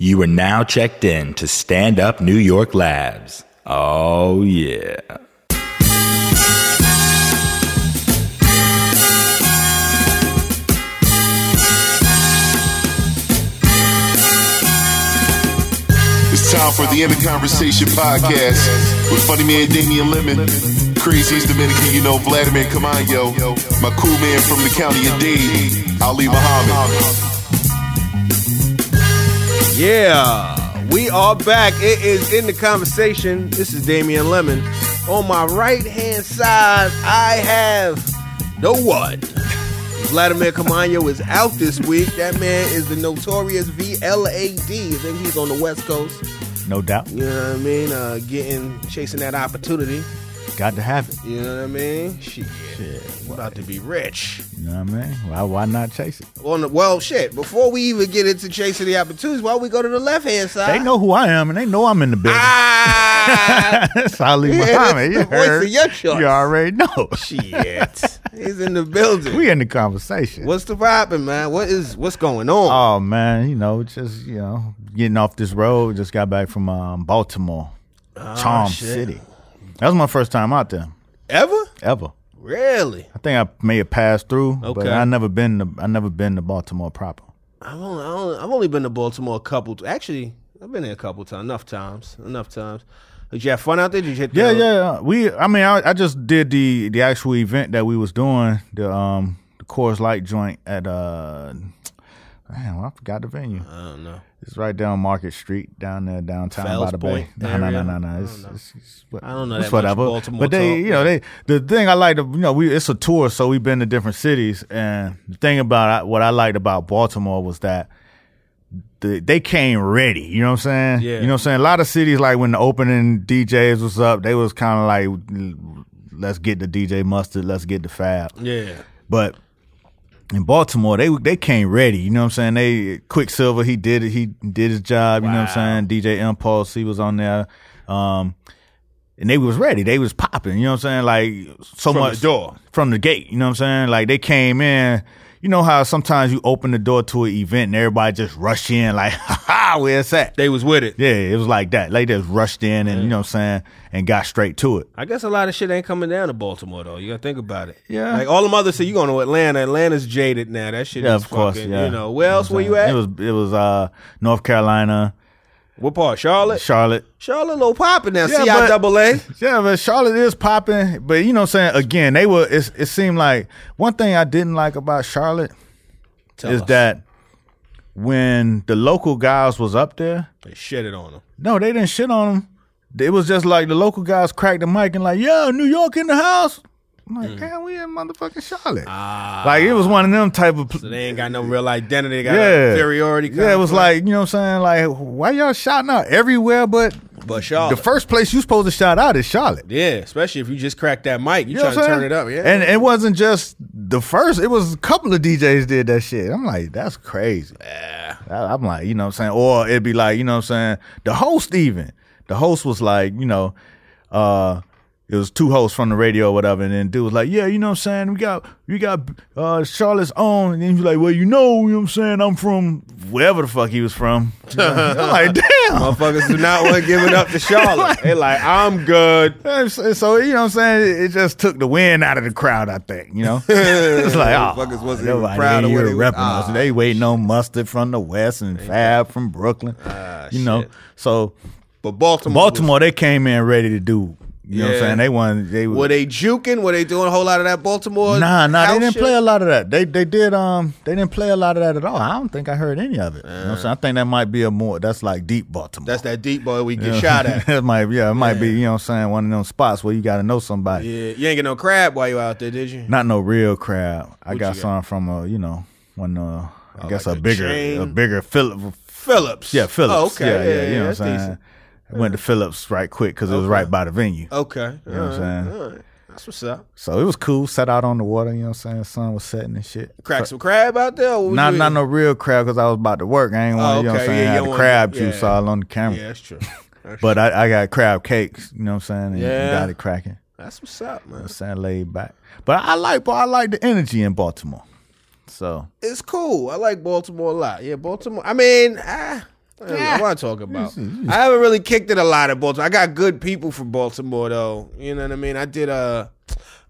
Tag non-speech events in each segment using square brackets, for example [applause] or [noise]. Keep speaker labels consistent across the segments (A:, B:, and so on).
A: You are now checked in to Stand Up New York Labs. Oh, yeah.
B: It's time for the End of Conversation podcast with funny man Damian Lemon, craziest Dominican you know, Vladimir Camayo, my cool man from the county of Dade, Ali Muhammad.
C: Yeah, we are back. It is in the conversation. This is Damian Lemon. On my right hand side, I have no one. Vladimir Camayo is out this week. That man is the notorious VLAD. I think he's on the West Coast.
D: No doubt.
C: You know what I mean? Uh, getting chasing that opportunity.
D: Got to have it.
C: You know what I mean? Shit, I'm about to be rich.
D: You know what I mean? Why, why not chase it?
C: On the, well, shit. Before we even get into chasing the opportunities, why don't we go to the left hand side?
D: They know who I am and they know I'm in the business.
C: Ah!
D: [laughs] That's Ali
C: Yeah,
D: Muhammad.
C: that's
D: You
C: the voice
D: heard.
C: of your choice.
D: You already know.
C: Shit. [laughs] He's in the building.
D: [laughs] we in the conversation.
C: what's the problem, man? What is what's going on?
D: Oh man, you know, just you know, getting off this road. Just got back from um, Baltimore, Charm
C: Ah, shit.
D: City. That was my first time out there
C: Ever?
D: ever.
C: Really?
D: I think I may have passed through, but
C: Okay.
D: I never been to I never been to Baltimore proper.
C: I've only, I only I've only been to Baltimore a couple. T- actually, I've been there a couple times. Enough times. Enough times. Did you have fun out there? Did you hit?
D: Yeah,
C: the,
D: yeah. uh, We, I mean, I, I just did the the actual event that we was doing the um the Coors Light joint at uh, man, I forgot the venue.
C: I don't know.
D: It's right down Market Street, down there downtown
C: Fells
D: by the
C: Point
D: bay. No, no,
C: area?
D: no, no,
C: I
D: no.
C: don't
D: It's,
C: know.
D: it's, it's what-
C: I don't know
D: it's
C: that much Baltimore
D: but they,
C: talk.
D: you know, they the thing I like to, you know, we it's a tour, so we've been to different cities, and the thing about what I liked about Baltimore was that. The, they came ready, you know what I'm saying?
C: Yeah.
D: You know what I'm saying? A lot of cities, like when the opening DJs was up, they was kind of like, let's get the DJ Mustard, let's get the Fab.
C: Yeah.
D: But in Baltimore, they they came ready. You know what I'm saying? They Quicksilver, he did it. He did his job. You know what I'm saying? DJ Impulse, he was on there. Um, and they was ready. They was popping. You know what I'm saying? Like so
C: From
D: much
C: the door.
D: from the gate. You know what I'm saying? Like they came in. You know how sometimes you open the door to an event and everybody just rush in like, [laughs] ha ha, where's that?
C: They was with it.
D: Yeah, it was like that. Like they just rushed in and you know what I'm saying, and got straight to it.
C: I guess a lot of shit ain't coming down to Baltimore though. You gotta think about it.
D: Yeah.
C: Like all them other city, you going to Atlanta. Atlanta's jaded now. That shit
D: Yeah,
C: is
D: of course.
C: fucking,
D: yeah.
C: You know. Where else were you
D: It
C: at?
D: was it was uh North Carolina,
C: what part? Charlotte.
D: Charlotte.
C: Charlotte, a little popping now.
D: Yeah,
C: CIAA.
D: [laughs] Yeah, but Charlotte is popping. But you know what I'm saying? Again, they were it's, it seemed like one thing I didn't like about Charlotte
C: Tell
D: is
C: us.
D: that when the local guys was up there,
C: they shitted on them.
D: no, they didn't shit on them. It was just like the local guys cracked the mic and like, yeah, New York in the house. I'm like,
C: Mm.
D: damn, we in motherfucking Charlotte. like it was one of them type of
C: Ah. They ain't got no real identity. They got a
D: yeah
C: inferiority.
D: Yeah, it was
C: complex.
D: like you know what I'm saying. Like, why y'all shouting out everywhere? But
C: but Charlotte.
D: the first place you supposed to shout out is Charlotte.
C: yeah, especially if you just crack that mic, you,
D: You know
C: trying
D: what
C: to
D: I'm
C: turn it
D: saying?
C: up. Yeah,
D: And it wasn't just the first, it was a couple of DJs did that shit. I'm like, that's crazy. I- I'm like, you know what I'm saying? Or it'd be like, you know what I'm saying? The host even. The host was like, you know, uh, it was two hosts from the radio or whatever, and then dude was like, Yeah, you know what I'm saying? We got we got uh Charlotte's own and then he was like, Well, you know, you know what I'm saying, I'm from wherever the fuck he was from. [laughs] I'm like, damn.
C: motherfuckers do not want to give it
D: [laughs]
C: up to Charlotte. they like, I'm good.
D: And So, so, you know what I'm saying? It- It just took the wind out of the crowd, I think,
C: [laughs]
D: you know? it's like, oh,
C: Motherfuckers wasn't even
D: nobody
C: proud of
D: here
C: what they was- Ah,
D: repping us. They waiting on Mustard from the West and Fab from Brooklyn, you know?
C: Ah, shit.
D: So
C: But Baltimore,
D: Baltimore, they came in ready to do, you know what
C: Yeah.
D: I'm saying? They won. They
C: was-
D: were,
C: were they juking? Were they doing a whole lot of that Baltimore?
D: Nah, nah,
C: house
D: they didn't
C: shit?
D: play a lot of that. They they did um they didn't play a lot of that at all. I don't think I heard any of it. You know what I'm saying? I think that might be a more that's like deep Baltimore.
C: That's that deep boy we get shot
D: [laughs]
C: at.
D: it might yeah, it might be, you know what I'm saying, one of them spots where you gotta know somebody.
C: Yeah, you ain't get no crab while you out there, did you?
D: Not no real crab. I
C: What
D: got
C: you got? Oh,
D: some from a you know one uh I guess
C: like
D: a
C: a
D: bigger a
C: chain?
D: bigger Philip
C: Phillips.
D: yeah Phillips
C: Oh, okay.
D: yeah, yeah,
C: yeah,
D: you know
C: that's
D: what I'm saying
C: decent.
D: I went to Phillips right quick because it was right by the venue
C: Okay.
D: you know what I'm saying
C: All right. That's what's up.
D: so it was cool set out on the water you know what I'm saying sun was setting and shit
C: Crack some crab out there. or what
D: not
C: you
D: not
C: eat?
D: no real crab because I was about to work I ain't want
C: Oh,
D: you know what
C: okay.
D: I'm
C: Yeah,
D: saying I
C: you
D: had
C: don't
D: the
C: wanna-
D: crab
C: yeah.
D: juice all on the camera
C: Yeah, that's
D: [laughs]
C: true. That's,
D: but I, I got crab cakes you know what I'm saying and
C: Yeah.
D: got it cracking
C: that's what's up, man.
D: saying laid back but I like but I like the energy in Baltimore so [laughs]
C: it's cool. I like Baltimore a lot. Yeah, Baltimore. I mean, ah, I, Yeah. What I talk about? I haven't really kicked it a lot at Baltimore. I got good people from Baltimore though. You know what I mean? I did a,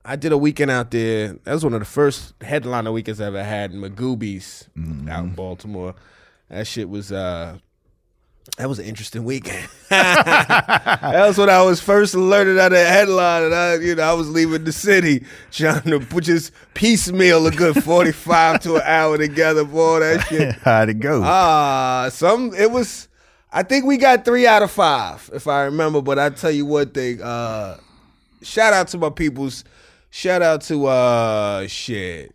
C: I did a weekend out there. That was one of the first headliner weekends I ever had. Magoobies out in Baltimore. That shit was uh, that was an interesting weekend. [laughs] that was when I was first alerted out of headline, and I, you know, I was leaving the city trying to put just piecemeal a good forty-five to an hour together. Boy, that shit.
D: How'd it go?
C: Uh some it was I think we got three out of five, if I remember, but I tell you what thing, uh shout out to my peoples. Shout out to uh shit.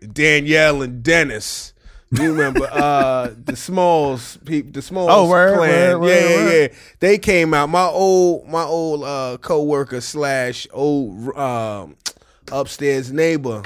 C: Danielle and Dennis. You remember
D: [laughs]
C: uh the Smalls people the Smalls
D: Oh, word,
C: clan.
D: word, word,
C: yeah, yeah,
D: word.
C: yeah. They came out. My old my old uh coworker slash old um upstairs neighbor.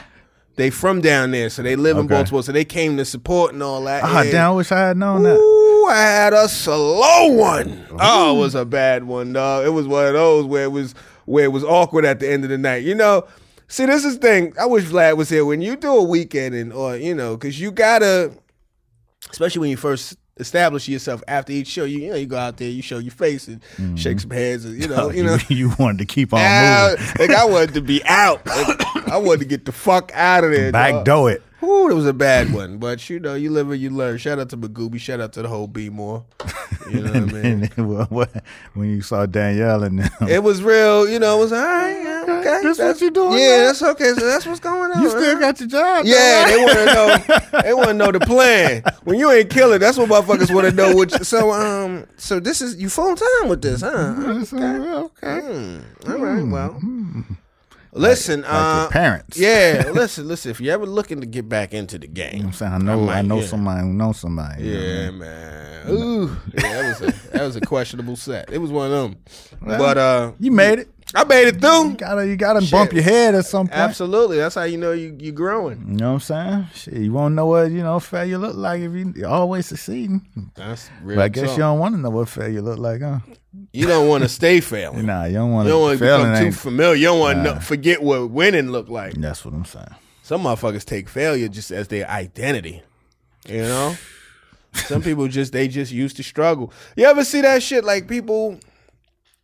C: They from down there, so they live in
D: Okay.
C: Baltimore. So they came to support and all that.
D: Ah,
C: yeah.
D: damn, I wish I had known that.
C: Ooh, I had a slow one. Oh, it was a bad one, dog. It was one of those where it was where it was awkward at the end of the night. You know, see, this is the thing. I wish Vlad was here when you do a weekend and or you know, because you gotta, especially when you first establish yourself after each show. You, you know, you go out there, you show your face and shake some hands, and you
D: [laughs]
C: know, you know.
D: Mm-hmm. you wanted to keep on
C: Out.
D: moving.
C: Like I wanted to be out. Like, I wanted to get the fuck out of there. dog.
D: Backdoor it.
C: Ooh, it was a bad one, but you know, you live and you learn. Shout out to Magooby. Shout out to the whole B more. You know what I mean?
D: [laughs] And then what- what- when you saw Danielle and them,
C: It was real. You know, it was all right. yeah, okay,
D: [laughs] That's what you doing
C: Yeah,
D: now?
C: that's okay. So that's what's going on.
D: you still got your job.
C: yeah,
D: though,
C: they
D: right?
C: want to know. They want to know the plan. When you ain't killing, that's what motherfuckers want to know. What you, so um, so this is you full time with this,
D: [laughs]
C: huh?
D: That's, uh, okay.
C: Hmm, all right, well, listen,
D: Hmm. Like
C: uh,
D: your parents. [laughs]
C: yeah, listen, listen. If you ever looking to get back into the game,
D: You know what I'm saying I know I,
C: might,
D: know
C: yeah.
D: somebody who knows somebody. you know what I mean?
C: Yeah, man. Ooh, yeah, that was a, that was a questionable set. It was one of them. But uh,
D: You made it.
C: I made it
D: You
C: through.
D: gotta you gotta bump your head at some point.
C: Absolutely. That's how you know you you growing.
D: You know what I'm saying? Shit, you won't know what you know failure look like if you you always succeeding.
C: That's
D: But
C: real.
D: I guess
C: talk.
D: you don't want to know what failure look like, huh?
C: you don't want to stay failing.
D: [laughs] Nah, you don't want
C: You don't
D: to
C: want to become
D: failing.
C: too
D: Ain't,
C: familiar. You don't want to forget what winning looked like.
D: that's what I'm saying.
C: Some motherfuckers take failure just as their identity. You know? Some people just they just used to struggle. You ever see that shit like people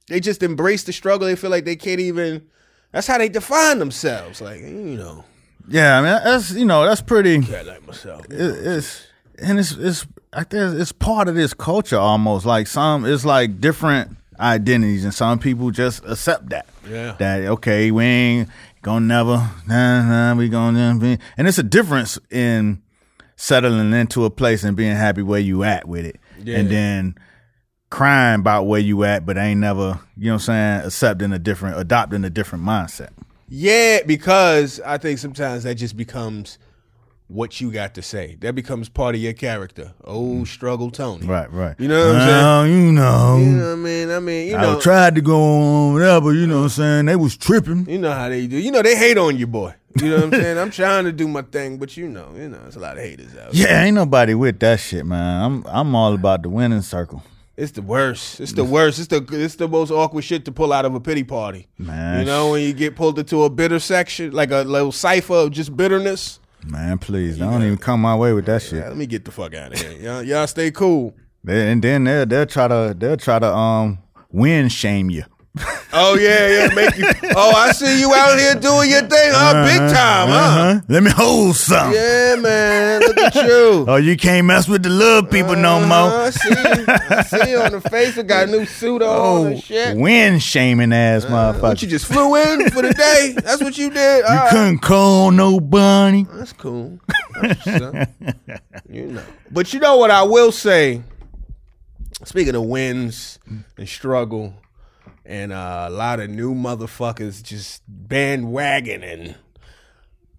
C: they just embrace the struggle. They feel like they can't even that's how they define themselves. Like, you know,
D: Yeah, I mean that's you know that's pretty.
C: I like myself.
D: it, it's and it's it's I think it's part of this culture almost like some it's like different identities and some people just accept that
C: Yeah.
D: that okay we ain't gonna never nah nah we gonna be and it's a difference in settling into a place and being happy where you at with it
C: Yeah.
D: and then crying about where you at but ain't never you know what I'm saying accepting a different adopting a different mindset
C: Yeah, because I think sometimes that just becomes what you got to say. That becomes part of your character. Oh, struggle Tony.
D: Mm. right right
C: You know what I'm
D: well, saying you know
C: You know what I mean? I mean, you know,
D: I tried to go on there, but you know what I'm saying? They was tripping.
C: You know how they do. You know they hate on you, boy. You know what I'm saying? I'm trying to do my thing, but you know, you know, there's a lot of haters out. there.
D: Yeah, ain't nobody with that shit, man. I'm I'm all about the winning circle.
C: It's the worst. It's the worst. It's the it's the most awkward shit to pull out of a pity party.
D: Man,
C: You know when you get pulled into a bitter section, like a little cipher of just bitterness.
D: Man, please. Don't even come my way with that shit.
C: Let me get the fuck out of here. Y'all, y'all stay cool.
D: They- And then they'll they'll try to they'll try to um win shame you.
C: Oh yeah, yeah. Make you. Oh, I see you out here doing your thing, huh? Big time, huh?
D: Uh-huh. Let me hold some.
C: Yeah, man. Look at you.
D: [laughs] Oh, you can't mess with the little people no
C: Uh-huh, I
D: more.
C: see, I see you on the face. I got a new suit on and shit.
D: Oh, win shaming ass
C: But
D: motherfucker.
C: you
D: You,
C: just flew in for the day. That's what you did. All right.
D: couldn't call nobody.
C: That's cool. That's what's up. you know. But you know what I will say. Speaking of wins and struggle, and uh, a lot of new motherfuckers just bandwagoning.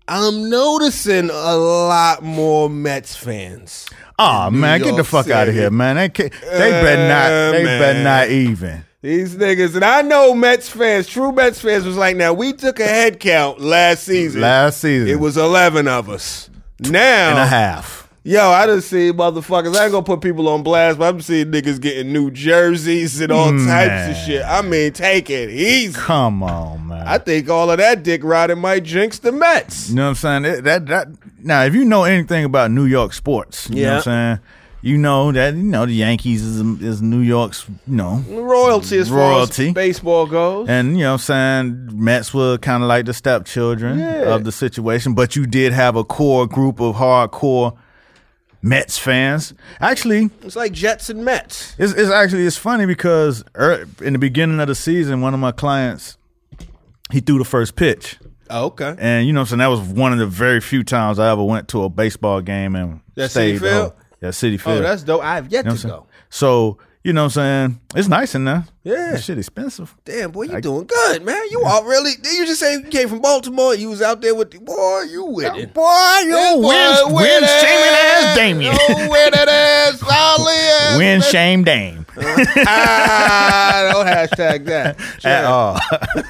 C: I'm noticing a lot more Mets fans.
D: Oh
C: New
D: man, get
C: York
D: the fuck out of
C: City.
D: here, man. They, ca- they better
C: Uh,
D: not. They better
C: man.
D: not even.
C: These niggas, and I know Mets fans, true Mets fans, was like, now we took a head count last season.
D: Last season,
C: It was 11 of us.
D: and a
C: Now,
D: half.
C: yo, I done seen motherfuckers. I ain't gonna put people on blast, but I'm seeing niggas getting new jerseys and all types of shit. I mean, take it easy.
D: Come on, man.
C: I think all of that dick riding might jinx the Mets.
D: you know what I'm saying? It- that that now, if you know anything about New York sports, you know what I'm saying. you know that you know the Yankees is, is New York's you know
C: Royalty as far
D: Royalty.
C: as baseball goes.
D: And you know what I'm saying? Mets were kind of like the stepchildren
C: Yeah.
D: of the situation, but you did have a core group of hardcore Mets fans. Actually,
C: it's like Jets and Mets.
D: it's, it's actually it's funny because er, in the beginning of the season, one of my clients he threw the first pitch.
C: Oh, okay.
D: And you know what I'm saying? That was one of the very few times I ever went to a baseball game and
C: That
D: stayed
C: Citi Field?
D: Oh, yeah, City Field.
C: Oh, that's dope. I've yet
D: You
C: to
D: know what I'm
C: go.
D: saying? So, you know what I'm saying? It's nice in there.
C: Yeah.
D: That Shit expensive.
C: Damn, boy, you doing good, man. You all really. did You just say you came from Baltimore. You was out there with the boy. You winning.
D: Boy, you
C: Boy,
D: win, win, shaming ass Damien.
C: Oh, win that [laughs] ass, loudly ass.
D: Win,
C: [laughs]
D: shame, Dame.
C: Ah, don't hashtag that. [laughs]
D: At all.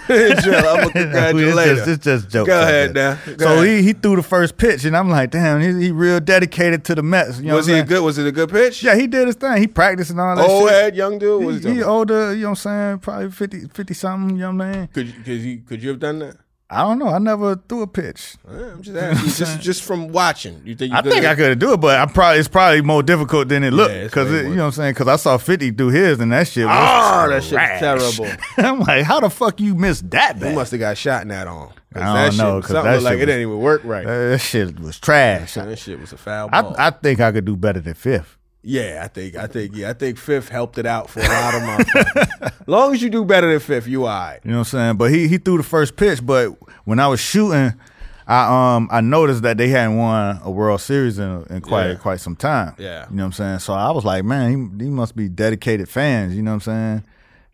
C: Jill,
D: [laughs]
C: I'm a
D: It's just,
C: congratulator.
D: it's just jokes.
C: Go
D: out
C: ahead
D: there.
C: now. Go
D: so
C: ahead.
D: he he threw the first pitch, and I'm like, damn, he, he real dedicated to the Mets. You know
C: Was
D: what
C: he a
D: I'm saying?
C: good? Was it a good pitch?
D: Yeah, he did his thing. He practiced and all that.
C: Old
D: shit.
C: head, young dude. Was
D: He, he
C: he?
D: older, you know what I'm saying? Probably 50, 50 something, you know what I'm saying?
C: Could you, could you could you have done that?
D: I don't know. I never threw a pitch.
C: Yeah,
D: [laughs]
C: I'm just asking. you, just just from watching, you think? You
D: I think I could do it, but I probably it's probably more difficult than it looked
C: it's
D: because
C: way
D: you
C: more-
D: know what I'm saying. Because I saw Fifty do his, and that shit. Was,
C: Oh, that shit's terrible.
D: [laughs] I'm like, how the fuck you missed that?
C: You
D: Bad?
C: must have got shot in that on. 'Cause
D: I
C: that
D: don't know,
C: Shit,
D: 'cause
C: something
D: that
C: looked like it
D: shit was-
C: didn't even work right.
D: Uh, that shit was trash.
C: Son, that shit was a foul ball.
D: I, I think I could do better than fifth.
C: yeah, I think, I think, yeah, I think fifth helped it out for a lot of my.
D: [laughs]
C: as long as you do better than fifth, you all right.
D: You know what I'm saying? But he he threw the first pitch, but when I was shooting, I um I noticed that they hadn't won a World Series in, in quite
C: Yeah.
D: quite some time.
C: Yeah.
D: You know what I'm saying? So I was like, man, he, he must be dedicated fans, you know what I'm saying?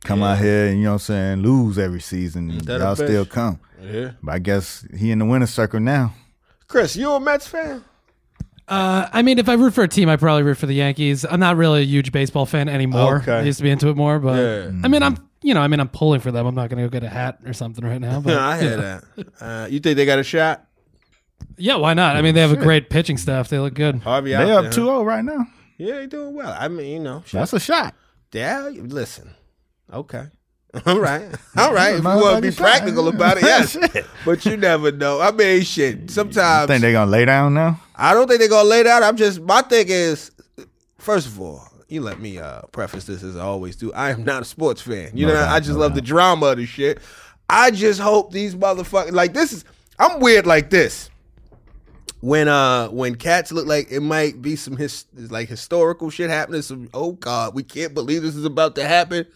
D: Come out here and you know what I'm saying, lose every season. and
C: that a
D: y'all
C: bitch?
D: still come.
C: Yeah,
D: But I guess he in the winner's circle now.
C: Chris, you a Mets
D: [laughs]
C: fan?
E: Uh, I mean, if I root for a team, I probably root for the Yankees. I'm not really a huge baseball fan anymore.
C: Okay.
E: I used to be into it more, but
C: Yeah.
E: I mean, I'm you know, I mean, I'm pulling for them. I'm not going to go get a hat or something right
C: [laughs]
E: now. But
C: No, I
E: you
C: hear
E: know.
C: that. Uh, you think they got a shot?
E: Yeah, why not? I mean, they have a great pitching staff. They look good.
C: Harvey
D: They
C: out
D: up
C: there.
D: 2-0 right now.
C: Yeah, they doing well. I mean, you know,
D: That's a shot.
C: yeah. you- Listen, okay, [laughs] all right, all right. If you want to be
D: Motherfucking shot.
C: practical
D: [laughs]
C: about it, yes.
D: Shit.
C: but you never know. I mean, shit. Sometimes
D: Think they gonna lay down now?
C: I don't think they're gonna lay down. I'm just my thing is, first of all, you let me uh, preface this as I always do. I am not a sports fan. You
D: No
C: know,
D: doubt,
C: I just
D: no
C: love the drama of the shit. I just hope these motherfuckers like this is. I'm weird like this. When uh when cats look like it might be some his like historical shit happening. Some oh god, we can't believe this is about to happen.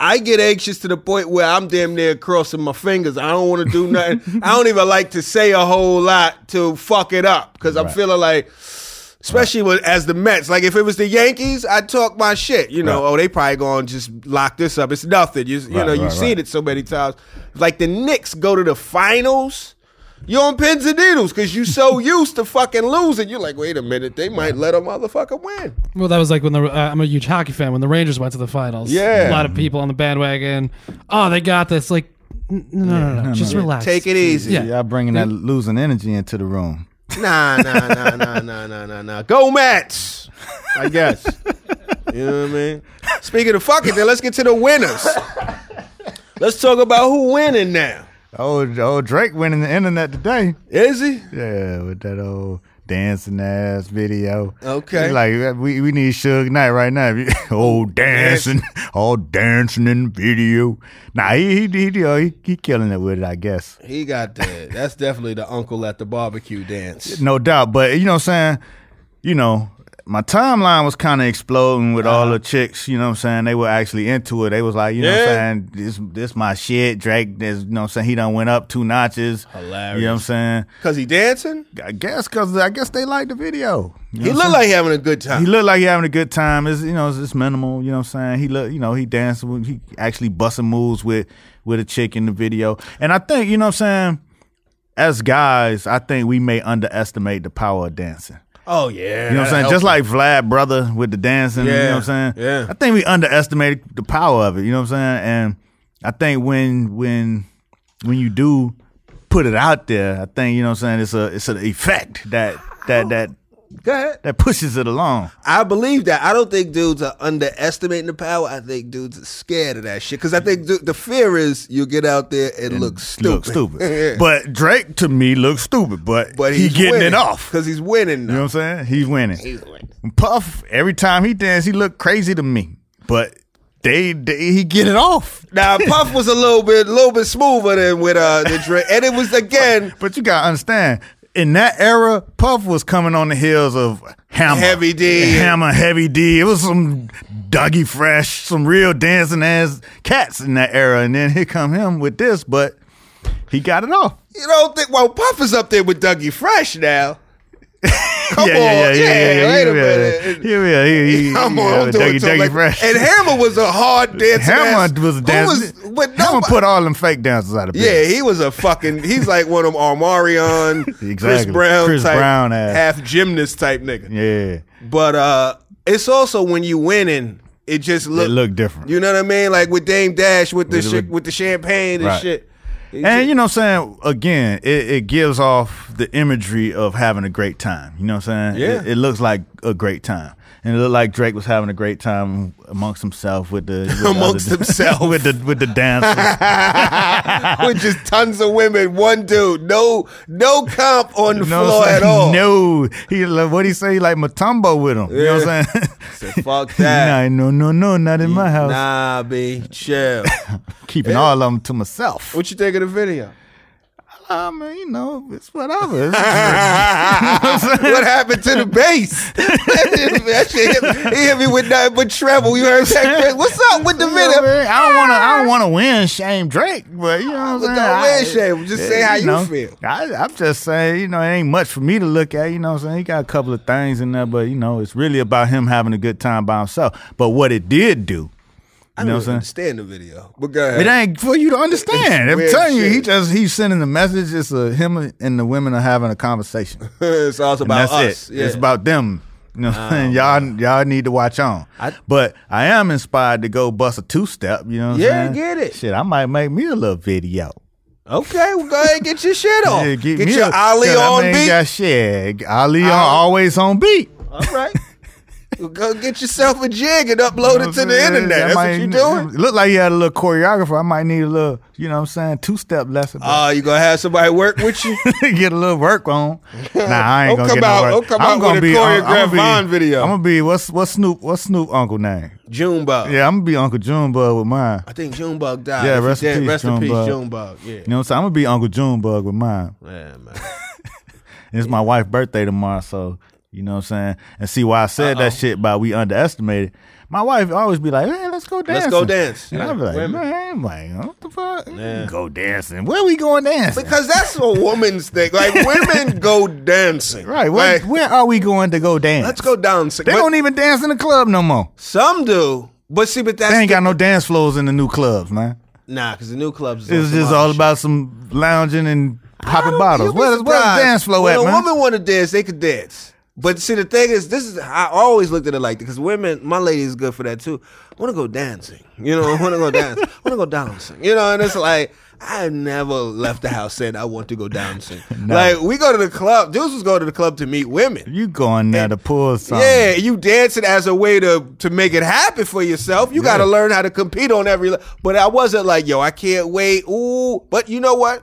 C: I get anxious to the point where I'm damn near crossing my fingers. I don't want to do
D: [laughs]
C: nothing. I don't even like to say a whole lot to fuck it up because I'm feeling like, especially with, as the Mets. Like if it was the Yankees, I'd talk my shit. You know,
D: Right.
C: oh they probably gonna just lock this up. It's nothing. You, you
D: Right,
C: know,
D: right,
C: you've
D: right.
C: seen it so many times. Like the Knicks go to the finals. You're on pins and needles because you so
D: [laughs]
C: used to fucking losing. You're like, wait a minute, they might let a motherfucker win.
E: Well, that was like when the uh, I'm a huge hockey fan. When the Rangers went to the finals,
C: Yeah.
E: a lot of people on the bandwagon. Oh, they got this. Like, n- no, no, no, no, just relax.
C: Take it easy.
E: Yeah.
D: Y'all bringing that losing energy into the room.
C: Nah, nah, nah, nah, nah, nah, nah, nah. Go Mets, I guess. You know what I mean? Speaking of fuck it, then let's get to the winners. Let's talk about who winning now.
D: Oh, oh, Drake winning the internet today.
C: Is he?
D: Yeah, with that old dancing ass video.
C: Okay.
D: He Like we, we need Suge Knight right now. [laughs] oh, dancing, all dancing in the video. Nah, he he he, he, he he killing it with it, I guess.
C: He got that. That's definitely the uncle at the barbecue dance.
D: No doubt, but you know what I'm saying? You know, my timeline was kind of exploding with
C: Uh-huh.
D: all the chicks, you know what I'm saying? They were actually into it. They was like, you know what
C: Yeah.
D: I'm saying? This this my shit. Drake, this, you know what I'm saying? He done went up two notches. You know what I'm
C: Hilarious.
D: saying?
C: Cause he dancing?
D: I guess because I guess they liked the video. You know
C: He
D: what I'm
C: look
D: saying?
C: like he having a good
D: he
C: time.
D: looked like he having a good time. It's you know it's, it's minimal. You know what I'm saying? He look you know he danced. with- He actually busting moves with with a chick in the video. And I think you know what I'm saying. As guys, I think we may underestimate the power of dancing.
C: Oh yeah.
D: You know what I'm saying? Just like Vlad brother with the dancing, you know what I'm saying?
C: Yeah, yeah.
D: I think we underestimated the power of it, you know what I'm saying? And I think when when when you do put it out there, I think, you know what I'm saying, it's a it's an effect that that that
C: Go ahead.
D: that pushes it along.
C: I believe that. I don't think dudes are underestimating the power. I think dudes are scared of that shit because I think dude, the fear is you get out there and, look stupid. [laughs]
D: Look stupid. but Drake to me looks stupid, but,
C: but
D: he
C: he's
D: getting it off.
C: because he's winning.
D: You know
C: Now.
D: what I'm saying? He's winning. Puff, every time he dance, he look crazy to me. But they, they he get it off.
C: Now Puff was a little bit, a little bit smoother than with uh, the Drake, and it
D: [laughs]
C: was again
D: But you gotta understand, in that era, Puff was coming on the heels of Hammer,
C: Heavy D.
D: Hammer, Heavy D. It was some Dougie Fresh, some real dancing ass cats in that era. And then here come him with this, but he got it off.
C: You don't think? Well, Puff is up there with Dougie Fresh
D: [laughs]
C: now. Come on, yeah, wait a minute.
D: Yeah, yeah, yeah.
C: [laughs]
D: yeah,
C: Come on,
D: yeah,
C: don't do
D: Dougie,
C: it to him
D: Dougie
C: like-
D: Fresh.
C: And Hammer was a
D: [laughs]
C: hard dancer.
D: Hammer was
C: dancing.
D: dancing. Hammer put all them fake dancers out of
C: Yeah,
D: business.
C: he was a fucking. He's like one of them Armarion, Chris
D: [laughs] Exactly.
C: Brown,
D: Chris
C: type,
D: Brown ass.
C: half gymnast type nigga.
D: Yeah,
C: But uh, it's also when you winning, it just
D: it
C: look.
D: looked different.
C: you know what I mean? Like with Dame Dash with the
D: With-
C: shit,
D: with-
C: with the champagne and
D: Right.
C: shit. It
D: [laughs] And
C: ju-
D: you know what I'm saying? Again, it, it gives off the imagery of having a great time. You know what I'm saying?
C: Yeah.
D: It, it looks like a great time. And it looked like Drake was having a great time amongst himself with the [laughs] with the
C: Amongst
D: other-
C: himself.
D: with the with the dancers.
C: [laughs] with just tons of women, one dude, no, no comp on the
D: You know what
C: floor
D: I'm
C: at
D: saying?
C: all.
D: [laughs] No. He like what he say, like Matumbo with him. You know what I'm saying? [laughs]
C: Said, "Fuck that."
D: nah, no, no, no, not in my house.
C: Nah, be chill.
D: Keeping all of them to myself.
C: what you think of the
D: [laughs]
C: video?
D: I mean, you know, it's
C: [laughs]
D: whatever. It's Drake. You know what I'm saying?
C: What happened to the bass? [laughs] that shit hit, he hit me with nothing but treble. You heard that?
D: [laughs]
C: Chris? What's up with the
D: You know what I
C: video?
D: mean? I don't want to. I don't want to win shame Drake, but you know what I'm
C: But
D: saying.
C: don't win
D: I- eh,
C: shame. Just say how you
D: know,
C: feel.
D: I, I'm just saying, you know, it ain't much for me to look at. You know what I'm saying? He got a couple of things in there, but you know, it's really about him having a good time by himself. But what it did do, you
C: I
D: know
C: don't
D: what I'm saying?
C: understand the video, but go
D: It
C: ahead. [laughs]
D: ain't for you to understand. I'm
C: weird
D: telling you, he
C: shit.
D: just he's sending the message. It's uh, him and the women are having a conversation.
C: it's also about
D: and that's
C: us.
D: It.
C: Yeah. Oh,
D: It's about them. You know, what I'm saying? y'all y'all need to watch on.
C: I-
D: but I am inspired to go bust a two step. You know, what I'm
C: Yeah,
D: saying?
C: get it.
D: Shit, I might make me a little video.
C: okay. Well, go ahead, and get your shit on.
D: [laughs] Yeah,
C: Oh, get
D: me
C: your
D: a-
C: Ali
D: shit, I
C: on
D: mean,
C: beat.
D: Got shit, Ali on
C: I'll-
D: always on beat. You
C: All right. [laughs] Well, go get yourself a jig and upload
D: know
C: it
D: what
C: to
D: I'm
C: the
D: saying?
C: internet.
D: I
C: That's
D: might-
C: what you doing.
D: Look like you had a little choreographer. I might need a little, you know, what I'm saying two step lesson.
C: Oh, you gonna have somebody work with
D: [laughs]
C: you?
D: get a little work on. Nah, I ain't
C: Uh, Don't
D: gonna
C: come
D: get
C: out-
D: no
C: don't
D: work.
C: come
D: I'm
C: out
D: gonna
C: with a
D: be, I'm- I'm
C: choreographed
D: gonna be-
C: Vaughn video.
D: I'm gonna be what's what's Snoop what's Snoop uncle name?
C: Junebug.
D: Yeah, I'm gonna be Uncle Junebug with mine.
C: I think Junebug died.
D: Yeah,
C: If he
D: rest in
C: dead,
D: peace,
C: Rest in peace,
D: Junebug.
C: Junebug. Yeah.
D: You know what I'm saying? I'm gonna be Uncle Junebug with mine.
C: Yeah, man.
D: And [laughs] it's my wife's birthday tomorrow, so you know what I'm saying? And see why I said that shit about we underestimated. My wife always be like, "Man, let's go
C: Let's
D: dancing.
C: go dance.
D: And I be
C: Yeah,
D: like,
C: women.
D: "Man, like, what the fuck? Go dancing? Where we going dancing?
C: Because that's a woman's thing. Like
D: [laughs]
C: women go dancing.
D: right? Where,
C: Like,
D: where are we going to go dance?
C: let's go dancing.
D: They
C: But
D: don't e- even dance in the club no more.
C: some do. But see, but that's
D: They ain't
C: the,
D: got no dance floors in the new clubs, man.
C: nah, because the new clubs. is on
D: It's
C: some
D: just
C: other
D: all
C: shit.
D: about some lounging and
C: I
D: popping
C: don't-
D: bottles.
C: you'll be
D: Where's where's the
C: surprised.
D: dance floor
C: when
D: at,
C: a
D: man?
C: woman want to dance, they could dance. But see, the thing is, this is I always looked at it like because women, my lady is good for that too. I want to go dancing, you know. [laughs] I want to go dance. I want to go dancing, you know. And it's like I never left the house saying I want to go
D: [laughs]
C: dancing. Like we go to the club. Dudes was go to the club to meet women.
D: you going there to pull something?
C: Yeah, you dance it as a way to to make it happen for yourself. You got to learn how to compete on every. le- But I wasn't like, yo, I can't wait. Ooh, but you know what?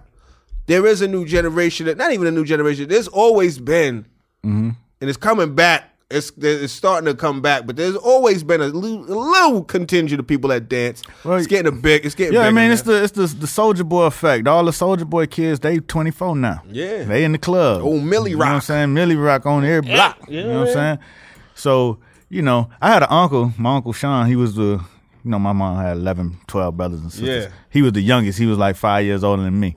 C: There is a new generation. That, not even a new generation. There's always been,
D: Mm-hmm.
C: and it's coming back. It's it's starting to come back. But there's always been a little, a little contingent of people that dance.
D: Well,
C: it's getting a big. It's getting.
D: Yeah, I
C: bigger
D: mean
C: now.
D: it's the it's the the Soldier Boy effect. All the Soldier Boy kids, they twenty four now.
C: Yeah.
D: they in the club.
C: Old Millie
D: you Know what I'm
C: Rock.
D: saying Millie Rock on every block. you know what I'm saying. So you know, I had an uncle, my uncle Sean. He was the you know my mom had 11, 12 brothers and sisters.
C: Yeah.
D: He was the youngest. He was like five years older than me.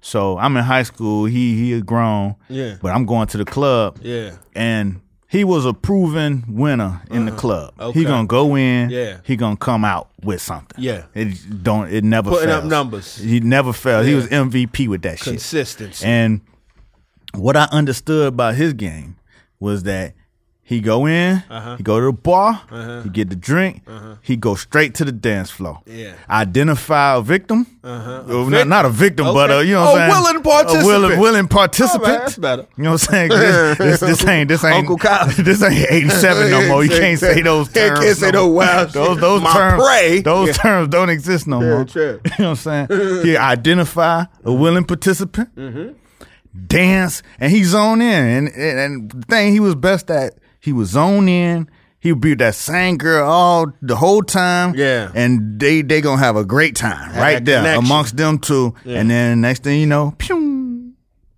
D: So I'm in high school. He he had grown.
C: Yeah.
D: But I'm going to the club.
C: Yeah.
D: And he was a proven winner in the club.
C: Uh-huh. Okay.
D: He gonna go in.
C: Yeah.
D: He gonna come out with something.
C: Yeah.
D: It don't. It never
C: Putting up
D: fails.
C: numbers.
D: He never failed. He was MVP with that shit.
C: consistency.
D: And what I understood about his game was that He go in,
C: Uh-huh.
D: he go to the bar, he get the drink, he go straight to the dance floor.
C: Yeah.
D: Identify a victim. Uh-huh. not,
C: vic-
D: not a victim, but
C: Okay.
D: a, you know
C: A
D: what I'm saying?
C: willing participant.
D: A willing, willing
C: All
D: participant.
C: right, that's better.
D: You know what I'm saying? [laughs] 'Cause This, this, this ain't this ain't
C: Uncle Kyle.
D: [laughs] This ain't 87 no more. You can't say those
C: Can't-
D: terms.
C: can't say
D: no
C: no
D: more.
C: wild
D: [laughs] Those
C: shit.
D: those
C: My
D: terms.
C: prey.
D: Those
C: Yeah.
D: terms don't exist no more.
C: true.
D: [laughs] You know
C: [laughs]
D: what I'm saying? He identify a willing participant, dance, and he zone in. And, and and the thing he was best at, he was zone in. He would be with that same girl all the whole time.
C: Yeah.
D: And they they gonna have a great time right
C: that
D: there
C: connection.
D: amongst them two. And then next thing you know, pew,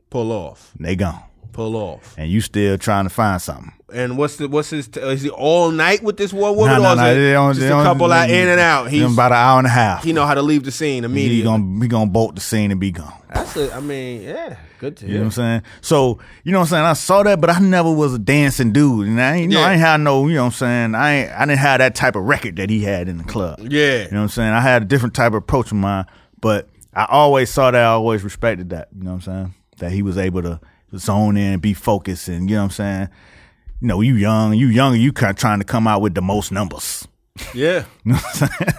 C: Pull off.
D: they gone.
C: Pull off.
D: And you still trying to find something.
C: And what's the what's his? T- is he all night with this one woman? or is it uh,
D: they don't-
C: just
D: they
C: a
D: don't-
C: couple out in and out. He's
D: them about an hour and a half.
C: he know how to leave the scene
D: he
C: immediately.
D: gonna he gonna bolt the scene and be gone.
C: That's a, I mean, yeah, good to
D: You know
C: hear.
D: what I'm saying? So, you know what I'm saying? I saw that, but I never was a dancing dude. And I ain't, you know, I
C: Yeah.
D: ain't had no, you know what I'm saying? I ain't, I didn't have that type of record that he had in the club.
C: Yeah.
D: You know what I'm saying? I had a different type of approach of mine, but I always saw that. I always respected that. You know what I'm saying? That he was able to zone in and be focused and, you know what I'm saying? You know, you young, you young, you kind of trying to come out with the most numbers.
C: Yeah, [laughs]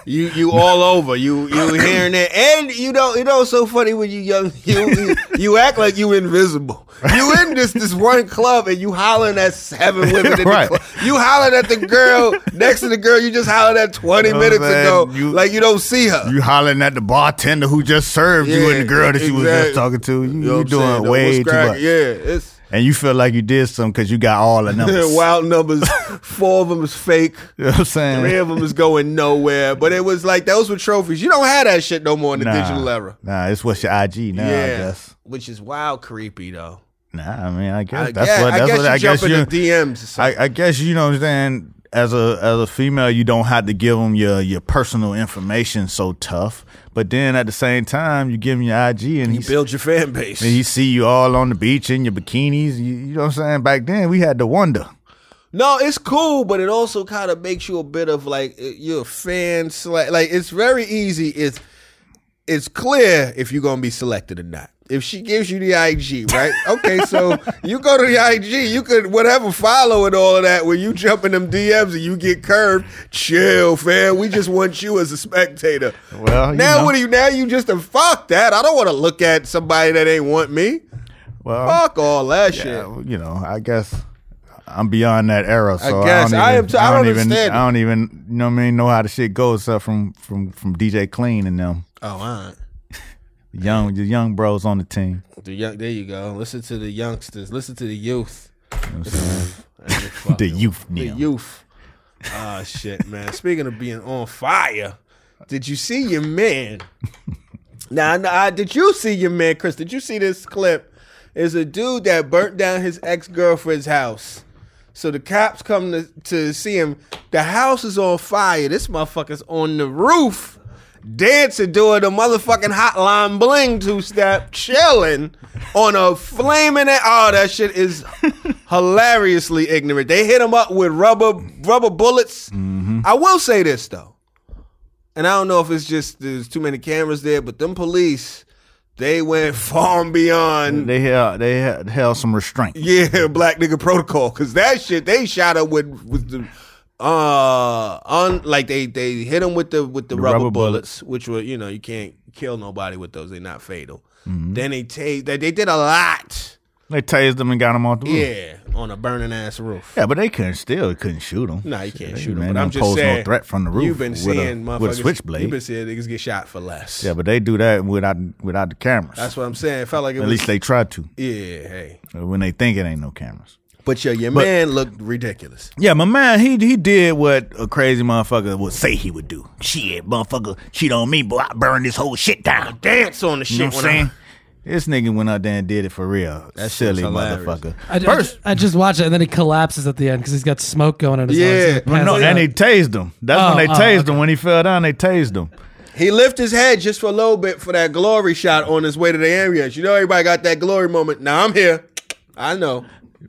C: you you all over you you hearing it, and you know you know it's so funny when you young you you, you act like you invisible. You in this this one club and you hollering at
D: [laughs]
C: seven women in
D: Right.
C: the club. You hollering at the girl next to the girl you just hollered at twenty
D: You know what I'm
C: minutes ago,
D: saying? You-
C: like you don't see her.
D: You hollering at the bartender who just served you
C: Uh, Yeah,
D: and the girl that you was just
C: exactly.
D: talking to. You,
C: know
D: you
C: what I'm
D: doing
C: saying? Though,
D: way
C: what's
D: too
C: crack-
D: much.
C: Yeah, it's
D: and you feel like you did something because you got all
C: [laughs]
D: the numbers.
C: wild numbers. Four of them is fake.
D: You know what I'm
C: Three
D: saying?
C: of them is going nowhere. But it was like those were trophies. You don't have that shit no more in the digital era.
D: Nah, it's what's your IG now, I guess.
C: which is wild creepy though.
D: Nah, I mean, I guess
C: I
D: that's
C: guess-
D: what
C: I
D: that's
C: guess
D: what
C: you
D: I
C: jump
D: guess you.
C: into DMs. Or something.
D: I, I guess you know what I'm saying. As a as a female, you don't have to give them your your personal information so tough. But then at the same time, you give him your IG and
C: you
D: he
C: build your fan base.
D: and he see you all on the beach in your bikinis. You, you know what I'm saying? Back then, we had to wonder.
C: No, it's cool, but it also kind of makes you a bit of like uh, you're a fan. Select like it's very easy. It's it's clear if you're gonna be selected or not. If she gives you the IG,
D: [laughs]
C: right? Okay, so you go to the IG, you could whatever follow and all of that. When you jump in them DMs and you get curved, chill, fam. We just want you as a spectator.
D: Well, you
C: now
D: know.
C: what do you? Now you just a fuck that. I don't want to look at somebody that ain't want me.
D: Well,
C: Fuck all that shit.
D: Yeah, Uh, you know, I guess I'm beyond that era. So I
C: guess.
D: don't
C: I
D: even,
C: am too. I don't
D: even,
C: understand it.
D: I don't even, you know what I mean, know how the shit goes uh, from from from DJ Clean and them
C: Oh, all right.
D: young the young bros on the team.
C: The young, there you go. Listen to the youngsters. Listen to the youth. [laughs]
D: [laughs] The youth
C: The
D: now.
C: youth. Ah, shit, man. Speaking of being on fire, did you see your man? Now, nah, nah, did you see your man, Chris? Did you see this clip? Is a dude that burnt down his ex girlfriend's house. So the cops come to, to see him. The house is on fire. This motherfucker's on the roof, dancing, doing the motherfucking hotline bling two step, chilling on a flaming. Oh, that shit is hilariously ignorant. They hit him up with rubber rubber bullets. I will say this though, and I don't know if it's just there's too many cameras there, but them police, they went far and beyond.
D: They held they held, held some restraint.
C: Yeah, [laughs] black nigga protocol. Cause that shit they shot up with with the uh on like they they hit him with the with the, rubber,
D: rubber
C: bullets, which were you know you can't kill nobody with those. They're not fatal.
D: Mm-hmm.
C: Then they take they, they did a lot.
D: They tased them and got them off the roof.
C: Yeah, on a burning ass roof.
D: Yeah, but they couldn't still couldn't shoot them.
C: Nah, you can't shoot them. But
D: man, they
C: I'm
D: don't
C: just
D: pose
C: saying,
D: no threat from the roof.
C: You've been
D: with
C: seeing
D: a,
C: motherfuckers.
D: with a
C: You've
D: switchblade.
C: been seeing niggas get shot for less.
D: yeah, but they do that without without the cameras.
C: that's what I'm saying. It felt like it
D: At
C: was.
D: least they try to
C: yeah, hey.
D: when they think it ain't no cameras.
C: But yeah, your man looked ridiculous.
D: Yeah, my man, he he did what a crazy motherfucker would say he would do. Shit, motherfucker, cheat on me, but I burn this whole shit down.
C: Dance on the shit.
D: You know what I'm
C: when I-
D: saying? This nigga went out there and did it for real. That
C: That shit's
D: silly
C: hilarious.
D: motherfucker.
E: I, I-
D: First,
E: I, just watched it, and then he collapses at the end because he's got smoke going in his
C: Yeah,
E: lungs.
C: but
D: no, then
E: and
D: they tased him. That's
E: Oh,
D: when they
E: oh,
D: tased him. When he fell down, they tased him.
C: He lift his head just for a little bit for that glory shot on his way to the ambulance. You know, everybody got that glory moment. Now I'm here. I know.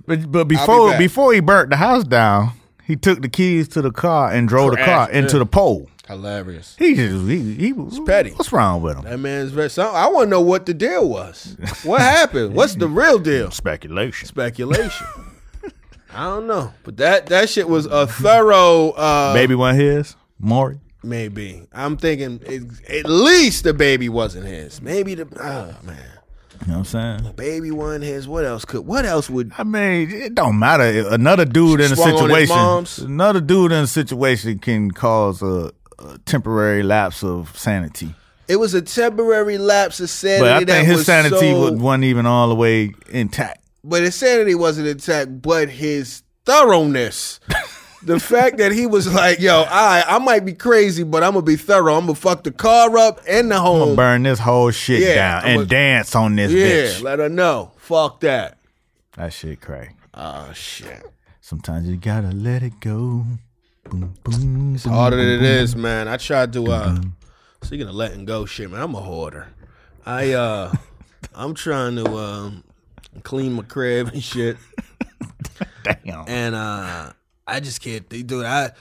D: But but before
C: back.
D: before he burnt the house down, he took the keys to the car and drove the car
C: Crashed
D: into
C: it.
D: the pole.
C: Hilarious.
D: He just he, he was
C: petty.
D: What's wrong with him?
C: That man's very. Some, I want to know what the deal was. What happened? What's the real deal?
D: Speculation.
C: Speculation. I don't know, but that that shit was a thorough. Uh,
D: Baby one his Maury.
C: Maybe I'm thinking it, at least the baby wasn't his. Maybe the oh man,
D: You know what I'm saying?
C: baby wasn't his. What else could? What else would?
D: I mean, it don't matter. Another dude in a
C: Swung on his
D: situation,
C: moms.
D: another dude in a situation can cause a, a temporary lapse of sanity.
C: It was a temporary lapse of sanity.
D: But I think
C: that
D: his
C: was
D: sanity
C: so-
D: wa- wasn't even all the way intact.
C: but his sanity wasn't intact, but his
D: [laughs]
C: thoroughness. the fact that he was like, yo, I I might be crazy, but I'm gonna be thorough. I'm gonna fuck the car up and the home.
D: Burn this whole shit
C: Yeah,
D: down
C: I'm
D: and
C: a-
D: dance on this
C: yeah,
D: bitch.
C: let her know. Fuck that.
D: That shit crazy. Ah,
C: Oh shit.
D: Sometimes you gotta let it go. Boom, boom, boom,
C: Harder than it
D: boom.
C: is, man. I tried to uh
D: Mm-hmm.
C: speaking of letting go shit, man, I'm a hoarder. I
D: [laughs]
C: uh I'm trying to um clean my crib and shit.
D: Damn.
C: and uh I just can't think, dude. I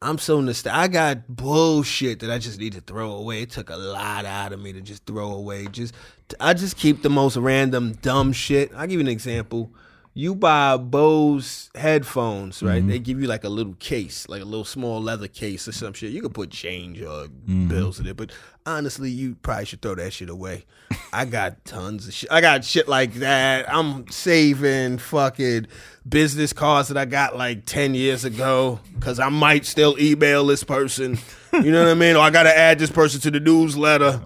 C: I'm so nostalgic. I got bullshit that I just need to throw away. It took a lot out of me to just throw away. Just I just keep the most random dumb shit. I'll give you an example. You buy Bose headphones, right? They give you like a little case, like a little small leather case or some shit. You could put change or uh, bills in it, but honestly, you probably should throw that shit away. I got tons of shit. I got shit like that. I'm saving fucking business cards that I got like 10 years ago because I might still email this person. You know what I mean? Or I got to add this person to the newsletter.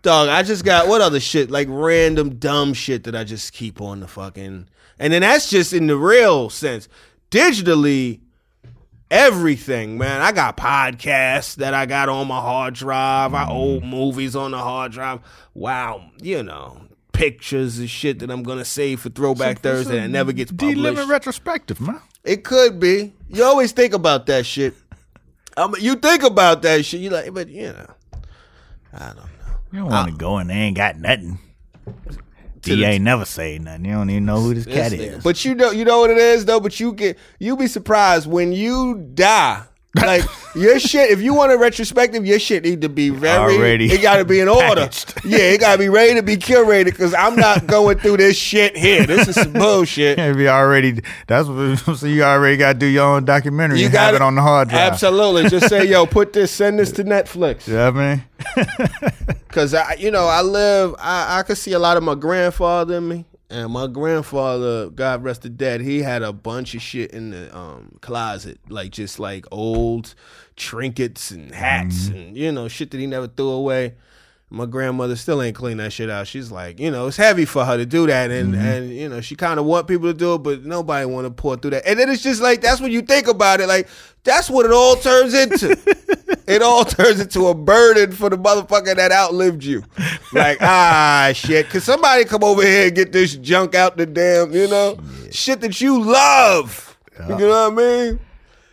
C: Dog, I just got what other shit? Like random dumb shit that I just keep on the fucking. And then that's just in the real sense. Digitally, everything, man. I got podcasts that I got on my hard drive. I old movies on the hard drive. Wow, you know, pictures and shit that I'm gonna save for Throwback Thursday that never gets published.
D: living retrospective, man.
C: it could be. You always think about that shit. I mean, you think about that shit. You like, but you know, I don't know.
D: You don't want to go and they ain't got nothing.
C: To
D: He
C: the-
D: ain't never say nothing. You don't even know who this cat
C: This nigga.
D: is.
C: But you know, you know what it is though. But you get, you be surprised when you die.
D: [laughs]
C: Like your shit. If you want a retrospective, your shit need to be very.
D: Already
C: it got to
D: [laughs]
C: be in order.
D: packaged.
C: Yeah, it got to be ready to be curated because I'm not going through this shit here. This is
D: [laughs]
C: some bullshit.
D: If you already, that's what. [laughs] So you already got to do your own documentary. You got
C: gotta-
D: it on the hard drive.
C: Absolutely. Just say, yo, put this, send
D: [laughs]
C: this to Netflix.
D: You know what I mean?
C: Cause I, you know, I live. I, I could see a lot of my grandfather in me, and my grandfather, God rest the dead, he had a bunch of shit in the um, closet, like just like old trinkets and hats, and you know, shit that he never threw away. My grandmother still ain't clean that shit out. She's like, you know, it's heavy for her to do that, and and you know, she kind of want people to do it, but nobody want to pour through that. And then it's just like that's when you think about it, like that's what it all turns into. it all turns into a burden for the motherfucker that outlived you. Like ah shit, could somebody come over here and get this junk out the damn, you know, shit that you love. You know what I mean?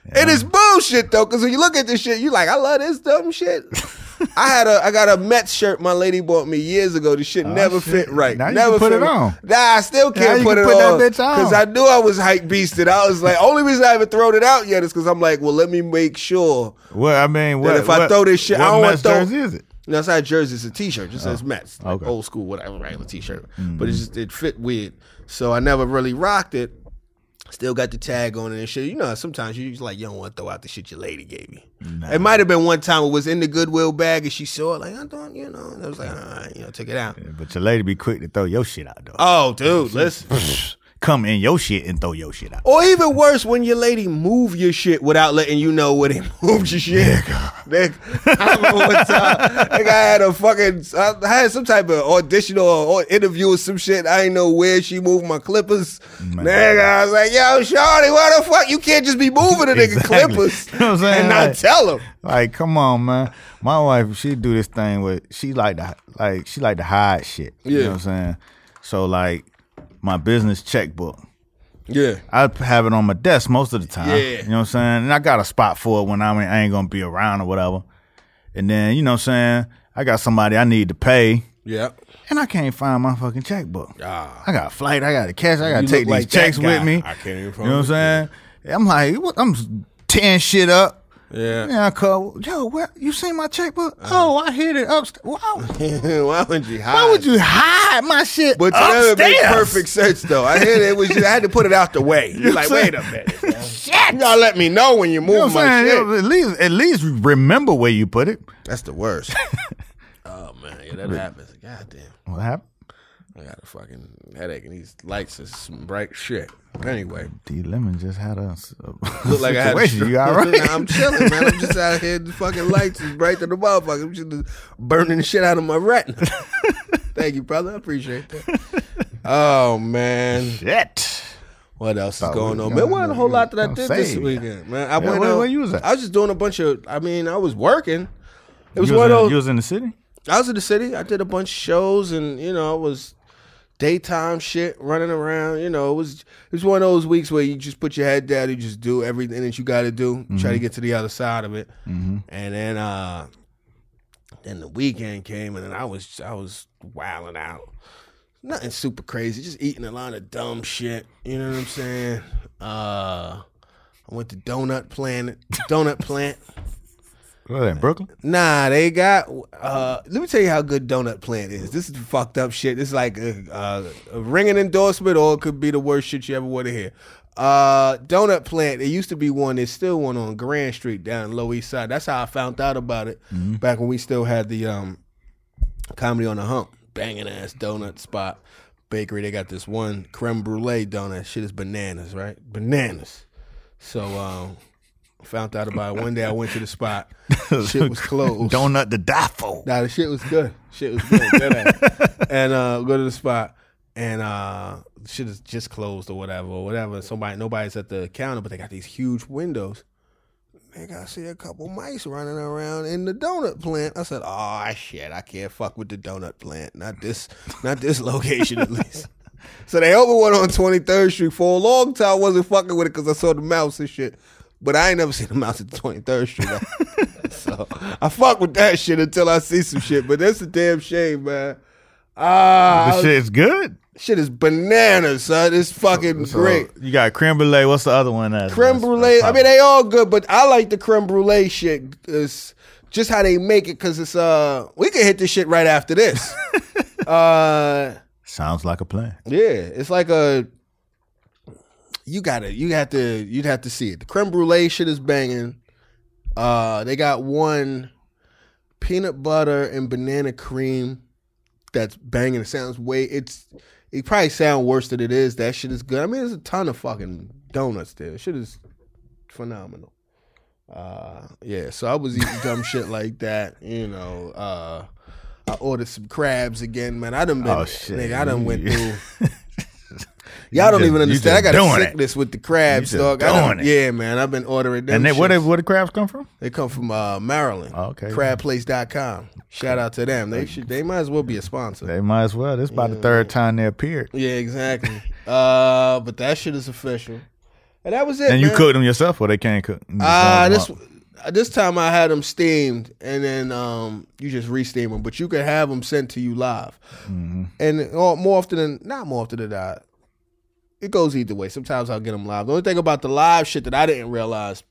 C: It is bullshit though, because when you look at this shit, you like, I love this dumb shit.
D: [laughs]
C: I had a, I got a Mets shirt my lady bought me years ago. The shit never
D: Oh, shit.
C: fit right.
D: Now you
C: never
D: can put
C: fit
D: it
C: right.
D: on.
C: Nah, I still can't
D: you
C: put
D: can
C: it
D: put that
C: on
D: bitch on.
C: because I knew I was hype beasted. I was like, only reason I haven't thrown it out yet is because I'm like, well, let me make sure.
D: Well, I mean, what
C: if I
D: what-
C: throw this shit- I
D: what
C: don't wanna
D: Mets
C: throw-
D: jersey is it?
C: You know, it's not a jersey; it's a T-shirt. It just says Mets, like
D: okay.
C: old school, whatever, regular T-shirt. But it just it fit weird, so I never really rocked it. Still got the tag on it and shit. You know, sometimes you just like you don't want to throw out the shit your lady gave me. It might have been one time it was in the Goodwill bag and she saw it, like I don't, you know. And I was like, all right, you know, took it out.
D: But your lady be quick to throw your shit
C: [laughs]
D: out though.
C: Oh, dude, listen.
D: Come in your shit and throw your shit out.
C: Or even worse, when your lady move your shit without letting you know where they [laughs] moved your shit. Nigga, [laughs] I remember one time, nigga, I had a fucking, I had some type of audition or, or interview or some shit. I didn't know where she moved my clippers. Nigga, I was like, yo, Shorty, where the fuck? You can't just be moving a nigga
D: Exactly.
C: clippers
D: [laughs] You know what I'm saying?
C: and not
D: Like-
C: tell him.
D: Like, come on, man. My wife, she do this thing with she like to like she like to hide shit. You
C: Yeah.
D: know what I'm saying? So like my business checkbook.
C: Yeah.
D: I have it on my desk most of the time.
C: Yeah.
D: You know what I'm saying? And I got a spot for it when I ain't, I ain't gonna be around or whatever. And then, you know what I'm saying? I got somebody I need to pay.
C: Yeah.
D: And I can't find my fucking checkbook.
C: Ah.
D: I got a flight, I got a cash, I gotta
C: You
D: take
C: look
D: these
C: like that
D: checks
C: guy.
D: with me.
C: I can't even
D: You know what I'm saying? I'm like, what I'm tearing shit up.
C: Yeah. Uh-huh.
D: Yeah, I call. Yo, where, you seen my checkbook? oh, I hid it
C: [laughs]
D: upstairs. Why,
C: [laughs] Why would you hide?
D: why would you hide my shit
C: But that
D: upstairs?
C: would make perfect sense, though. I hear it was. I had to put it out the way.
D: [laughs]
C: You're like, wait a minute. man. You gotta let me know when you move
D: You know what
C: Oh, my
D: I'm saying?
C: shit.
D: At least, at least remember where you put it.
C: That's the
D: [laughs]
C: worst. oh man, yeah, that happens. God damn,
D: What happened?
C: I got a fucking headache, and these lights is some bright shit. Anyway,
D: D Lemon just had a,
C: [laughs]
D: a
C: look like I had. a
D: situation.
C: stroke.
D: you all right?
C: [laughs] Nah, I'm chilling, man. I'm just out here. The fucking lights is bright to the motherfucker. I'm just burning the shit out of my
D: [laughs]
C: retina. Thank you, brother. I appreciate that. Oh man.
D: [laughs] Shit.
C: What else is
D: Thought
C: going
D: we
C: on?
D: was
C: Man, wasn't a whole lot that I
D: gonna
C: did
D: say.
C: this weekend, man. I
D: Yeah,
C: went
D: where-
C: out-
D: where you was at?
C: I was just doing a bunch of. I mean, I was working. It was
D: you, was
C: one
D: in,
C: of
D: you
C: those.
D: was in the city?
C: I was in the city. I did a bunch of shows, and you know, it was daytime shit, running around. You know, it was it was one of those weeks where you just put your head down, you just do everything that you got to do, try to get to the other side of it, and then uh, then the weekend came, and then I was I was wilding out. Nothing super crazy, just eating a lot of dumb shit. You know what I'm saying? Uh, I went to Donut Planet, Donut Plant.
D: What
C: Oh,
D: was that, Brooklyn?
C: Nah, they got. Uh, let me tell you how good Donut Plant is. This is fucked up shit. This is like a, a, a ringing endorsement, or it could be the worst shit you ever want to hear. Uh, Donut Plant. There used to be one. There's still one on Grand Street down in Low East Side. That's how I found out about it back when we still had the um, comedy on the hump, banging ass donut spot bakery. They got this one creme brulee donut. Shit is bananas, right? Bananas. So um, found out about it one day. I went to the spot. Shit was closed.
D: Donut the die for.
C: oh, Nah, the shit was good. Shit was good. Good ass. and uh, go to the spot, and uh, shit is just closed or whatever, or whatever. Somebody, nobody's at the counter, but they got these huge windows. Nigga, I see a couple mice running around in the donut plant. I said, "Oh shit, I can't fuck with the donut plant. Not this, not this location at least." So they opened one on 23rd Street for a long time. I wasn't fucking with it because I saw the mouse and shit. But I ain't never seen a mouse at 23rd Street. [laughs] though. so I fuck with that shit until I see some shit. But that's a damn shame, man. Ah,
D: The
C: shit.
D: shit's good.
C: is bananas, son. It's fucking
D: So,
C: great.
D: You got creme brulee. What's the other one? That's,
C: Creme
D: that's-
C: brulee.
D: that's
C: I mean, they all good, but I like the creme brulee shit. It's just how they make it because it's uh, we can hit this shit right after [laughs] this. uh,
D: sounds like a plan.
C: yeah, it's like a you gotta you have to you'd have to see it. The creme brulee shit is banging. Uh, they got one peanut butter and banana cream that's banging. It sounds way it's it probably sound worse than it is. That shit is good. I mean, there's a ton of fucking donuts there. Shit is phenomenal. Uh, yeah. So I was eating
D: [laughs]
C: dumb shit like that. You know. Uh, I ordered some crabs again, man. I done been,
D: Oh, shit.
C: nigga. I done went
D: [laughs] You-
C: through. Y'all don't
D: just-
C: even
D: you
C: understand. I
D: just
C: got a
D: doing it.
C: sickness with the crabs,
D: You just
C: dog. I done-
D: doing it.
C: Yeah, man. I've been ordering them.
D: And then where
C: shits.
D: did where the crabs come from?
C: They come from uh, Maryland.
D: Okay.
C: Crabplace.com. Shout out to them. They should. They might as well be a sponsor.
D: They might as well. This is about the third time they appeared.
C: Yeah, exactly. [laughs] uh, but that shit is official. And that was it.
D: And you
C: man.
D: cooked them yourself, or they can't cook? You just
C: Uh,
D: warmed them
C: this
D: up.
C: uh, this time I had them steamed, and then um, you just re-steam them. But you could have them sent to you live, and or, more often than not, more often than not, it goes either way. Sometimes I'll get them live. The only thing about the live shit that I didn't realize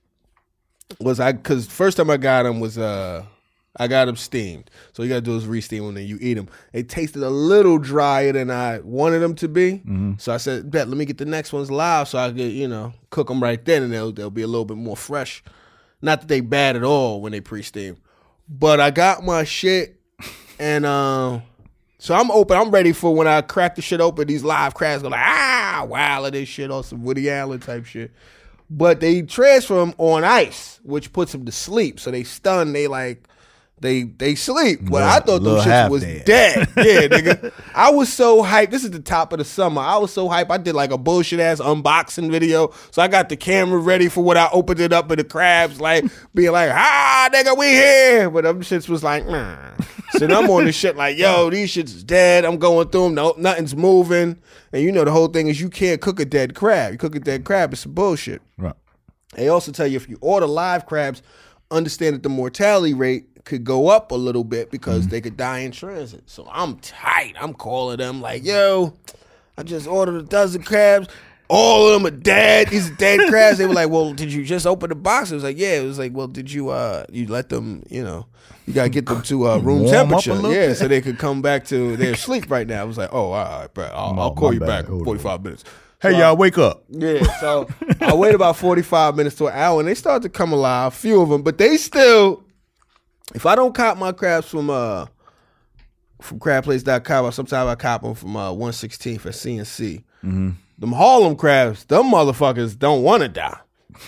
C: was I because first time I got them was uh. I got them steamed. So all you gotta do is re-steam them and you eat them. They tasted a little drier than I wanted them to be. So I said, "Bet, let me get the next ones live so I could, you know, cook them right then, and they'll they'll be a little bit more fresh. Not that they bad at all when they pre-steam, but I got my shit, [laughs] and um, so I'm open. I'm ready for when I crack the shit open. These live crabs go like ah, wow, this shit on some Woody Allen type shit. But they transfer them on ice, which puts them to sleep. So they stun. They like they they sleep. But I
D: Little-
C: thought them
D: little
C: shits
D: half
C: was
D: dead. [laughs]
C: dead. Yeah, nigga. I was so hyped. This is the top of the summer. I was so hyped. I did like a bullshit ass unboxing video. So I got the camera ready for what I opened it up and the crabs like being like, ah, nigga, we here. But them shits was like, nah. So then I'm on this shit like, yo, these shits is dead. I'm going through them. No, nothing's moving. And you know the whole thing is you can't cook a dead crab. You cook a dead crab, it's some bullshit.
D: Right.
C: They also tell you if you order live crabs, understand that the mortality rate could go up a little bit because
D: Mm-hmm.
C: they could die in transit. So I'm tight. I'm calling them like, yo, I just ordered a dozen crabs. all of them are dead. These are dead crabs. They were like, well, did you just open the box? It was like, yeah. It was like, well, did you uh, you let them, you know, you gotta get them to uh, room
D: Warm up a
C: temperature,
D: little
C: yeah,
D: bit.
C: so they could come back to their sleep right now. I was like, oh, all right, bro, I'll,
D: No,
C: I'll call
D: my
C: you
D: bad.
C: back
D: Hold
C: in
D: on.
C: forty five minutes.
D: Hey y'all, wake up!
C: Yeah, so I wait about 45 minutes to an hour and they start to come alive, a few of them, but they still if I don't cop my crabs from uh from crabplace.com or sometimes I cop them from uh 116th at CNC.
D: Mm-hmm.
C: Them Harlem crabs, them motherfuckers don't want to die.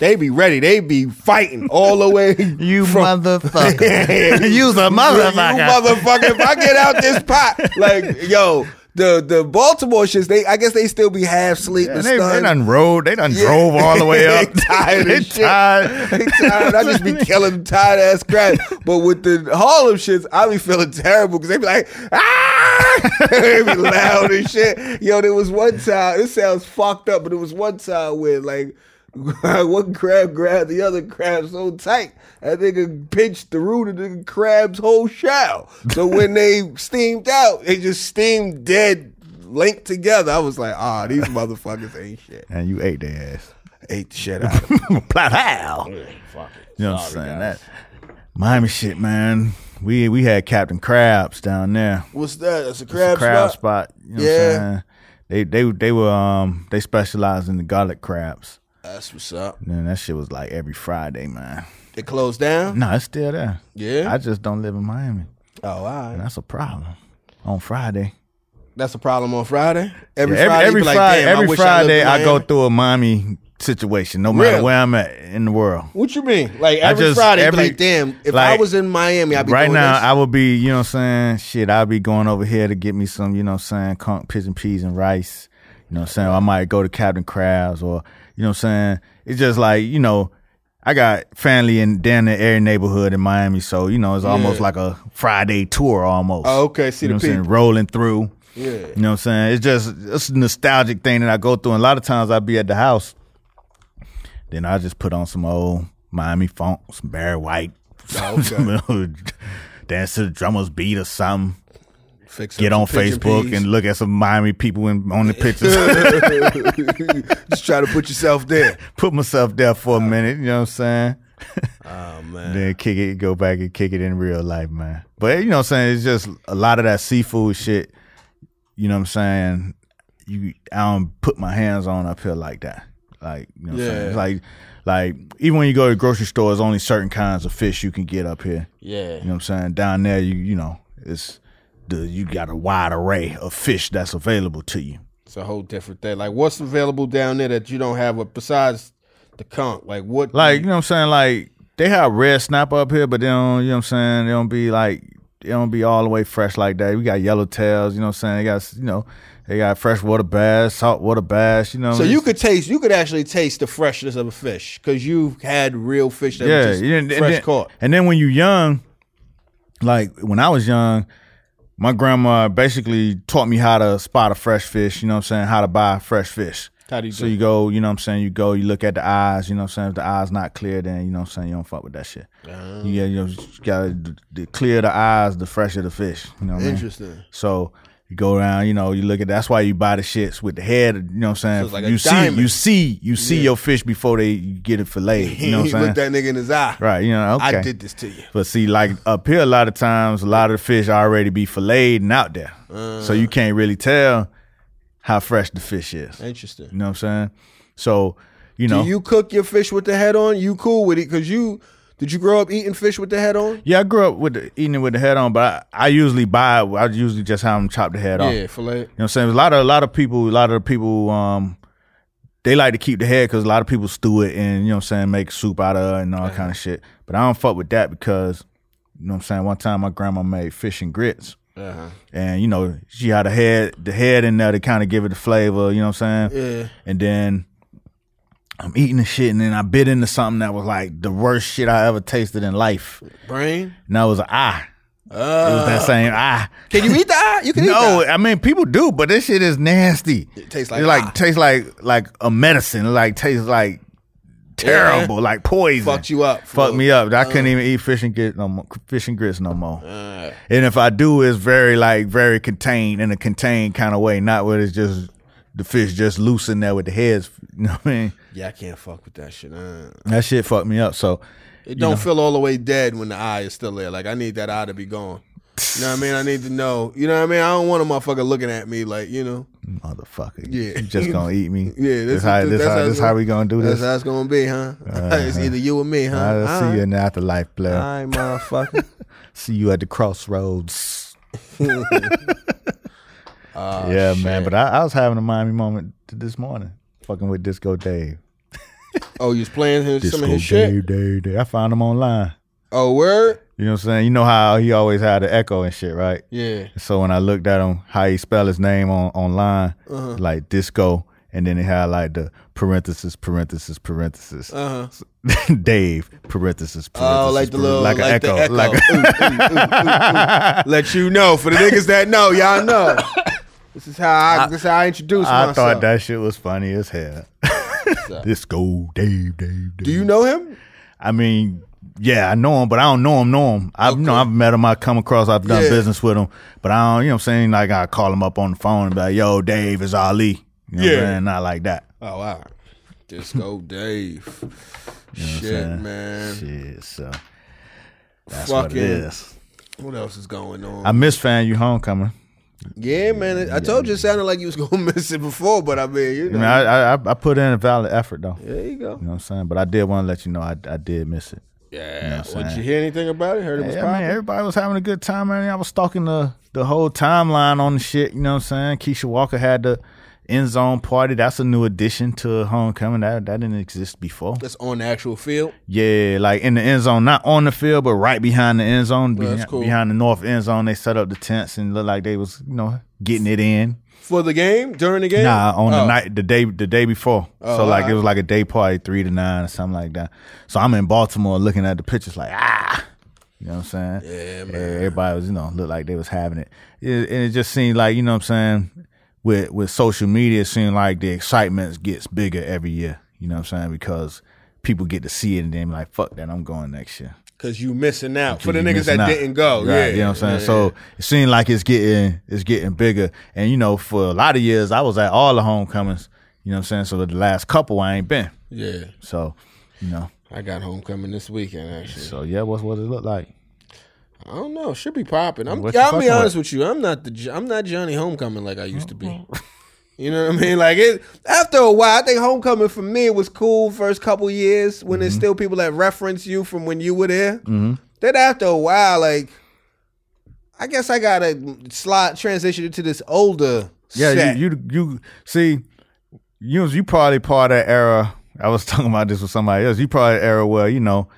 C: They be ready. They be fighting all the way.
D: [laughs]
C: [laughs]
D: You motherfucker! [laughs] You's a
C: You motherfucker. If I get out this pot, like, yo, the the Baltimore shits, they I guess they still be half asleep
D: And
C: and
D: they, they
C: stunned.
D: done rode, they done drove all the way up.
C: [laughs] They tired
D: [laughs] They
C: as shit.
D: tired.
C: They tired. I [laughs] just be killing tired ass crap. But with the Harlem shits, I be feeling terrible because they be like, ah, [laughs] they be loud and shit. Yo, there was one time. It sounds fucked up, but it was one time where like. [laughs] One crab grabbed the other crab so tight, that nigga pinched the root of the crab's whole shell. So when they steamed out, they just steamed dead, linked together. I was like, ah, these motherfuckers ain't shit.
D: And you ate their ass.
C: Ate the shit out of 'em.
D: [laughs] Plow how? You
C: Fuck it.
D: know what I'm saying? That Miami shit, man. We we had Captain Krabs down there.
C: What's that? That's a
D: It's a
C: crab,
D: crab
C: spot.
D: spot. You know what
C: Yeah.
D: I'm saying? They they they were um they specialized in the garlic crabs.
C: That's what's up.
D: And then that shit was like every Friday, man.
C: It closed down.
D: No, it's still there.
C: Yeah.
D: I just don't live in Miami.
C: oh, all right.
D: And that's a problem. On Friday.
C: That's a problem on Friday. Every
D: Yeah, every
C: Friday,
D: every
C: you be like,
D: Friday,
C: "Damn, I
D: every
C: wish
D: Friday
C: I,
D: I,
C: lived in
D: go
C: Miami."
D: through a Miami situation, no matter
C: Really?
D: where I'm at in the world.
C: What you mean? Like
D: I
C: every
D: just-
C: Friday, you be
D: every-
C: like, damn. If I
D: like,
C: was in Miami, I'd be
D: right
C: doing
D: now
C: this.
D: I would be, you know what I'm saying? Shit, I'd be going over here to get me some, you know what I'm saying, conch, pigeon peas and rice. You know what I'm saying? Or I might go to Captain Crabs or you know what I'm saying? It's just like, you know, I got family in down the area neighborhood in Miami, so you know, it's almost like a Friday tour almost.
C: Oh, okay. See
D: you know
C: the
D: what I'm saying?
C: people.
D: Rolling through.
C: Yeah.
D: You know what I'm saying? It's just it's a nostalgic thing that I go through. And a lot of times I'd be at the house, then I just put on some old Miami funk, some Barry White, [laughs]
C: Oh, okay.
D: dance to the drummers beat or something.
C: Fix
D: Get
C: up
D: on
C: some pigeon
D: Facebook
C: peas.
D: and look at some Miami people in, on the [laughs] pictures.
C: [laughs] just try to put yourself there.
D: Put myself there for a minute. You know what I'm saying? [laughs]
C: Oh man.
D: Then kick it, go back and kick it in real life, man. But you know what I'm saying? It's just a lot of that seafood shit. You know what I'm saying? You, I don't put my hands on up here like that. Like you know, what I'm saying?
C: Yeah.
D: It's like, like even when you go to the grocery store, there's only certain kinds of fish you can get up here.
C: Yeah.
D: You know what I'm saying? Down there, you you know, it's the you got a wide array of fish that's available to you.
C: It's a whole different thing. Like, what's available down there that you don't have? With, besides the conch, like what?
D: Like, you know what I'm saying? Like they have red snapper up here, but they don't, you know what I'm saying? They don't be like they don't be all the way fresh like that. We got yellowtails, you know what I'm saying? They got you know, they got freshwater bass, saltwater bass, you know.
C: So you
D: it's-
C: could taste, you could actually taste the freshness of a fish because you've had real fish that
D: yeah,
C: was just
D: yeah, and, and
C: fresh
D: then,
C: caught.
D: And then when you young, like when I was young, my grandma basically taught me how to spot a fresh fish, you know what I'm saying, how to buy fresh fish.
C: How do you
D: so
C: do
D: you go, you know what I'm saying, you go, you look at the eyes, you know what I'm saying, if the eyes not clear, then you know what I'm saying, you don't fuck with that shit.
C: Ah.
D: You, gotta- you know, you gotta d- d- clear the eyes, the fresher the fish, you know what I mean?
C: Interesting.
D: So you go around, you know, you look at that's why you buy the shits with the head, you know what I'm saying?
C: it's like a
D: you see
C: diamond.
D: you see you see your fish before they get it filleted, you know
C: [laughs]
D: what
C: he
D: I'm saying?
C: looked that nigga in his eye.
D: Right, you know, okay.
C: I did this to you.
D: But see, like up here, a lot of times, a lot of the fish already be filleted and out there,
C: Uh.
D: so you can't really tell how fresh the fish is. You
C: Interesting.
D: know what I'm saying? So, you know,
C: Do you cook your fish with the head on? You cool with it? Cause you did you grow up eating fish with the head on?
D: yeah, I grew up with the, eating it with the head on, but I, I usually buy. it- I usually just have them chop the head off. You
C: fillet.
D: know what I'm saying? A lot of a lot of people, a lot of people, um, they like to keep the head because a lot of people stew it and you know what I'm saying, make soup out of it and all kind of shit. But I don't fuck with that because you know what I'm saying. One time, my grandma made fish and grits.
C: Uh-huh.
D: and you know she had a head the head in there to kind of give it the flavor you know what i'm saying
C: Yeah.
D: and then i'm eating the shit and then i bit into something that was like the worst shit i ever tasted in life
C: Brain.
D: and that was an eye it
C: Uh,
D: was that same eye
C: can you eat the eye? You can eat
D: no
C: the eye.
D: i mean people do but this shit is nasty it
C: tastes like ah.
D: it like
C: eye.
D: tastes like like a medicine it like tastes like terrible like poison
C: Fucked you uh. up.
D: Fuck me up. I couldn't even eat fish and grits no more. Fish and grits no more.
C: Uh.
D: and if I do, it's very like very contained in a contained kind of way, not where it's just the fish just loose in there with the heads. [laughs] You know what I mean?
C: Yeah, I can't fuck with that shit. Uh,
D: That shit fucked me up. So
C: it don't feel all the way dead when the eye is still there. Like I need that eye to be gone. You know what I mean? I need to know. You know what I mean? I don't want a motherfucker looking at me like you know.
D: motherfucker,
C: Yeah.
D: you just gonna eat me.
C: [laughs] Yeah,
D: this how this, how, this how we gonna do
C: That's
D: this.
C: how it's gonna be, huh? [laughs] it's either you or me, huh?
D: I'll
C: All
D: see you
C: right.
D: in the afterlife, player.
C: All right, motherfucker.
D: [laughs] See you at
C: [laughs]
D: the crossroads.
C: Ah,
D: yeah, man. But I, I was having a Miami moment t- this morning, fucking with Disco Dave.
C: oh, you was playing his, some
D: Disco
C: of his
D: Dave,
C: shit.
D: Dave, Dave. I found him online.
C: Oh, word.
D: You know what I'm saying? You know how he always had the echo and shit, right?
C: Yeah.
D: So when I looked at him, how he spell his name on online,
C: Uh-huh.
D: like Disco, and then it had like the parenthesis, parenthesis, parenthesis,
C: Uh huh.
D: [laughs] Dave, parenthesis, parenthesis,
C: Oh, like the
D: parenthesis,
C: little like,
D: a
C: the echo. Ooh, ooh,
D: like a-
C: ooh, ooh, ooh. Let you know for the niggas that know, y'all know. This is how I, this is how I introduce
D: I
C: myself.
D: thought that shit was funny as hell. [laughs] Disco Dave, Dave, Dave.
C: Do you know him?
D: I mean, yeah, I know him, but I don't know him. Know him? I've you know I've met him. I come across. I've done
C: Yeah.
D: business with him, but I don't. You know what I'm saying? Like I call him up on the phone and be like, "Yo, Dave is Ali." You know what I'm
C: Yeah.
D: saying? not like that.
C: Oh wow. Disco
D: [laughs]
C: Dave. Shit,
D: saying?
C: man.
D: Shit. So that's what
C: Fucking.
D: it is.
C: What else is going on?
D: I miss fan you homecoming.
C: yeah, man. I told you it sounded like you was [laughs] gonna miss it before, but I mean, you
D: I
C: know.
D: mean, I, I I- I put in a valid effort though. You
C: there you go.
D: know what I'm saying? But I did want to let you know I I did miss it.
C: Yeah.
D: what I'm
C: Did
D: saying?
C: you hear anything about it? Heard it was
D: Yeah,
C: popping.
D: man, everybody was having a good time, man. I was stalking the the whole timeline on the shit. You know what I'm saying? Keisha Walker had the end zone party. That's a new addition to homecoming. That that didn't exist before.
C: That's on the actual field.
D: Yeah, like in the end zone, not on the field, but right behind the end zone,
C: Well, that's
D: behi-
C: cool.
D: behind the north end zone. They set up the tents and looked like they was you know getting it in.
C: For the game? During the game?
D: Nah, on
C: Oh.
D: the night, the day, the day before. so like it was like a day party, three to nine or something like that. So I'm in Baltimore looking at the pictures, like ah, you know what I'm saying? Yeah, man. Everybody was you know looked like they was having it, it and it just seemed like you know what I'm saying. With with social media, it seemed like the excitement gets bigger every year. You know what I'm saying? Because people get to see it and then be like fuck that, I'm going next year.
C: Cause you missing out. For the
D: You
C: niggas
D: missing
C: that
D: out.
C: didn't go.
D: Right,
C: yeah.
D: You know what I'm saying?
C: yeah.
D: So it seemed like it's getting it's getting bigger. And you know, for a lot of years I was at all the homecomings. You know what I'm saying? So the last couple I ain't been.
C: Yeah.
D: So, you know.
C: I got homecoming this weekend actually.
D: So yeah, what's what it look like?
C: I don't know. It should be popping. I'm,
D: What you
C: I'll be
D: fucking
C: honest with you. I'm not the Jo- I'm not Johnny Homecoming like I used to be.
D: Mm-hmm. [laughs]
C: You know what I mean? Like it after a while, I think homecoming for me was cool first couple years when
D: Mm-hmm.
C: there's still people that reference you from when you were there. Mm-hmm. Then after a while, like I guess I gotta slot transition into this older.
D: Yeah,
C: set.
D: you, you you see, you was- you probably part of that era. I was [laughs] talking about this with somebody else. You probably era where you know,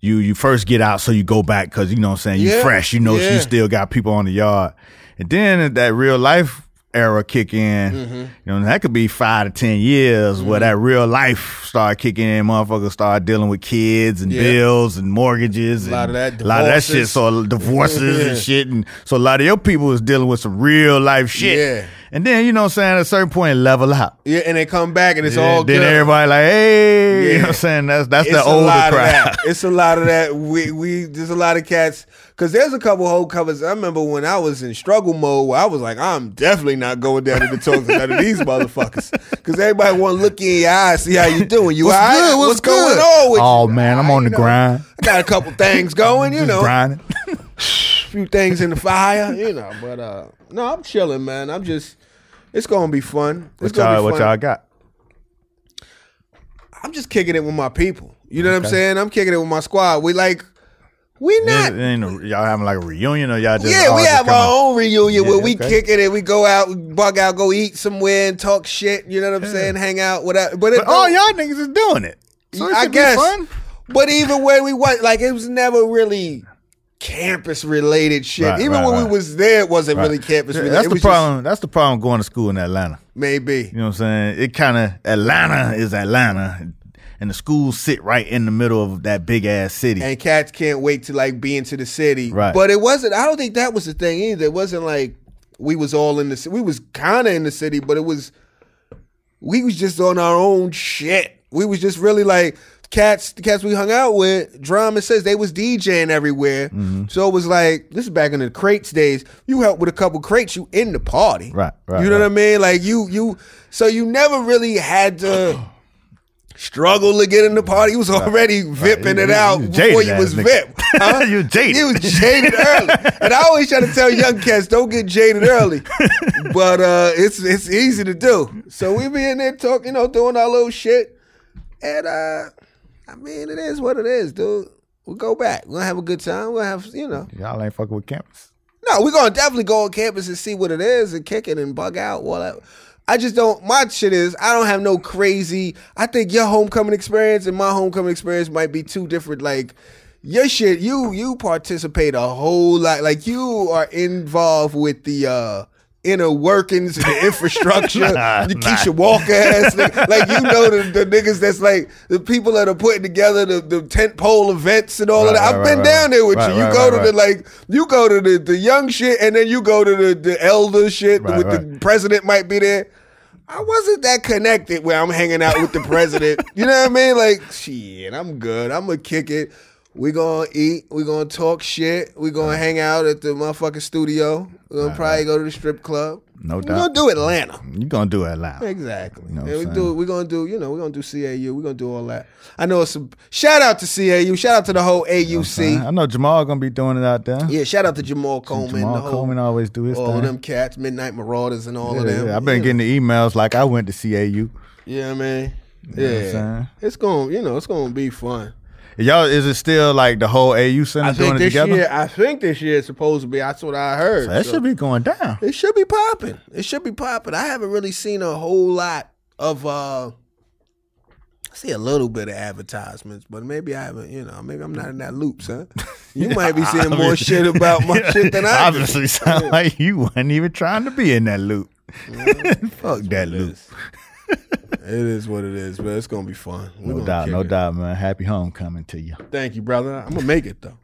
D: you you first get out, so you go back because you know what I'm saying you
C: Yeah.
D: fresh. You know
C: Yeah.
D: you still got people on the yard, and then that real life era kick in.
C: Mm-hmm.
D: You know that could be five to ten years where that real life start kicking in. Motherfuckers start dealing with kids and
C: Yeah.
D: bills and mortgages.
C: Lot
D: and
C: of that,
D: a lot of that shit.
C: divorces.
D: So a- divorces
C: Yeah. [laughs]
D: and shit. And so a lot of your people was dealing with some real life shit.
C: Yeah.
D: And then you know what I'm saying, at a certain point level up.
C: yeah, and they come back and it's
D: then,
C: all
D: then
C: good.
D: everybody like, hey, you
C: Yeah.
D: know what I'm saying? That's that's
C: it's
D: the
C: a
D: older
C: lot Of
D: [laughs] crowd.
C: that. It's a lot of that. We we there's a lot of cats because there's a couple whole covers. I remember when I was in struggle mode, where I was like, I'm definitely not going down to the toes of none of these motherfuckers because everybody want to look in your eyes, see how you doing. You all right? What's going on with
D: oh
C: you?
D: man, I'm
C: Ah,
D: on
C: you know,
D: the
C: Oh,
D: grind.
C: I got a couple things going, you
D: Just
C: know, a
D: grinding.
C: few things in the fire, you know. But uh no, I'm chilling, man. I'm just. It's gonna be fun. It's
D: What
C: gonna
D: y'all
C: be
D: what
C: fun.
D: y'all got?
C: I'm just kicking it with my people. You know what I'm saying? I'm kicking it with my squad. We like, we not.
D: Ain't- ain't a- y'all having like a reunion or y'all just
C: yeah,
D: all
C: we
D: just
C: have
D: come
C: our
D: out?
C: own reunion
D: Yeah,
C: where we
D: okay.
C: kick it and we go out, bug out, go eat somewhere and talk shit. You know what I'm saying? Hang out, whatever. But, it
D: But all
C: don't-
D: y'all niggas is doing it. So it
C: I
D: should be
C: guess.
D: fun.
C: But even when we went, like it was never really campus related shit.
D: Right,
C: even
D: right,
C: when
D: right.
C: we was there, it wasn't really campus
D: Yeah,
C: related.
D: That's
C: It
D: the
C: was just
D: problem. that's the problem going to school in Atlanta.
C: maybe.
D: You know what I'm saying? It kind of Atlanta is Atlanta, and the schools sit right in the middle of that big ass city.
C: And cats can't wait to like be into the city.
D: Right.
C: But it wasn't. I don't think that was the thing either. It wasn't like we was all in the. ci- We was kind of in the city, but it was. We was just on our own shit. We was just really like cats, the cats we hung out with, drum and says they was DJing everywhere.
D: Mm-hmm.
C: So it was like this is back in the crates days. You help with a couple crates, you in the party,
D: Right, right,
C: You know
D: right.
C: what I mean? Like you, you. So you never really had
D: [clears throat]
C: to. Struggle to get in the party. You was already vipping
D: You-
C: it
D: you-
C: out
D: you jaded
C: before you
D: ass
C: was
D: nigga.
C: vip.
D: [laughs] You was jaded.
C: You was jaded early. And I always try to tell young cats, don't get jaded
D: [laughs]
C: early. but uh, it's it's easy to do. So we be in there talking, you know, doing our little shit. And uh, I mean, it is what it is, dude. We'll go back. We'll have a good time. We'll have, you know.
D: Y'all ain't fucking with campus.
C: No, we're gonna definitely go on campus and see what it is and kick it and bug out. Well, I, I just don't. My shit is I don't have no crazy. I think your homecoming experience and my homecoming experience might be two different. Like your shit, you you participate a whole lot. Like you are involved with the. uh Inner workings,
D: [laughs]
C: the infrastructure,
D: Nah,
C: the Keisha Walker ass, nigga. like you know the, the niggas that's like the people that are putting together the, the tent pole events and all of
D: Right,
C: that. I've
D: right,
C: been
D: right,
C: down there with
D: right.
C: you.
D: Right,
C: You
D: right,
C: go
D: right,
C: to the
D: right.
C: like you go to the, the young shit and then you go to the, the elder shit
D: Right,
C: with the
D: right.
C: president might be there. I wasn't that connected where I'm hanging out with the
D: [laughs]
C: president. you know what I mean? Like, shit, I'm good. I'm gonna kick it. We gonna eat. We gonna talk shit. We gonna hang out at the motherfucking studio. We gonna probably go to the strip club.
D: No
C: we
D: doubt.
C: gonna do Atlanta.
D: You gonna do it loud.
C: Exactly.
D: You know what
C: and
D: I'm
C: we
D: saying?
C: do. We're gonna do. You know, we're gonna do CAU. We're gonna do all that. I know it's a shout out to CAU. Shout out to the whole AUC.
D: I know Jamal gonna be doing it out there.
C: Yeah, shout out to Jamal Coleman. the
D: Jamal
C: whole,
D: Coleman always do his
C: all
D: thing.
C: them cats, Midnight Marauders, and all
D: Yeah,
C: of them.
D: yeah, I've been
C: you
D: getting the emails like I went to CAU.
C: Know, yeah, man.
D: know what I'm
C: yeah,
D: saying?
C: it's going. You know, it's going to be fun.
D: Y'all, is it still like the whole AU center
C: I
D: doing
C: think
D: it
C: this
D: together?
C: year. I think this year is supposed to be. That's what I heard.
D: that
C: so-
D: should be going down.
C: It should be popping. It should be popping. I haven't really seen a whole lot of. uh I see a little bit of advertisements, but maybe I haven't. You know, maybe I'm not in that loop,
D: [laughs]
C: son. You might be seeing more
D: Obviously.
C: shit about
D: [laughs]
C: my shit than I. do.
D: Obviously, sound like you wasn't even trying to be in that loop. Fuck that loop.
C: [laughs] It is what it is, but it's gonna be fun. We're
D: No
C: gonna
D: doubt,
C: kick
D: no
C: it.
D: doubt, man. Happy homecoming to you.
C: Thank you, brother. I'm gonna make it though.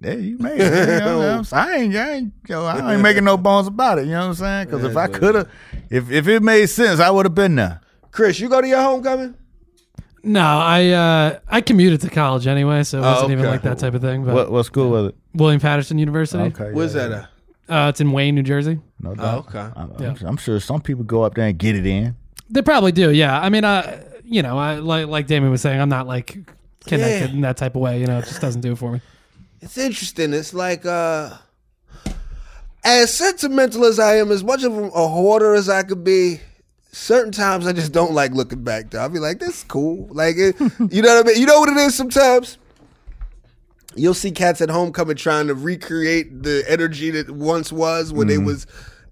D: Yeah, you made it. You
C: [laughs]
D: know what I'm saying? I ain't, I ain't, yo, I ain't making no bones about it. You know what I'm saying? Because if I could have, if if it made sense, I would have been there.
C: Chris, you go to your homecoming?
E: No, I uh, I commuted to college anyway, so it wasn't even
C: Oh, okay.
E: like that type of thing. But
D: What what school was it?
E: William Patterson University.
C: Where's that at?
E: Uh, it's in Wayne, New Jersey.
D: No
C: Oh,
D: doubt.
C: okay.
D: I'm, I'm-
E: Yeah.
D: I'm sure some people go up there and get it in.
E: They probably do. Yeah. I mean, uh, you know, I like like Damon was saying, I'm not like connected
C: Yeah.
E: in that type of way. You know, it just doesn't do it for me.
C: It's interesting. It's like uh as sentimental as I am, as much of a hoarder as I could be, certain times I just don't like looking back though. I'll be like, this is cool. Like it, you know what I mean? You know what it is sometimes? You'll see cats at homecoming trying to recreate the energy that once was when they was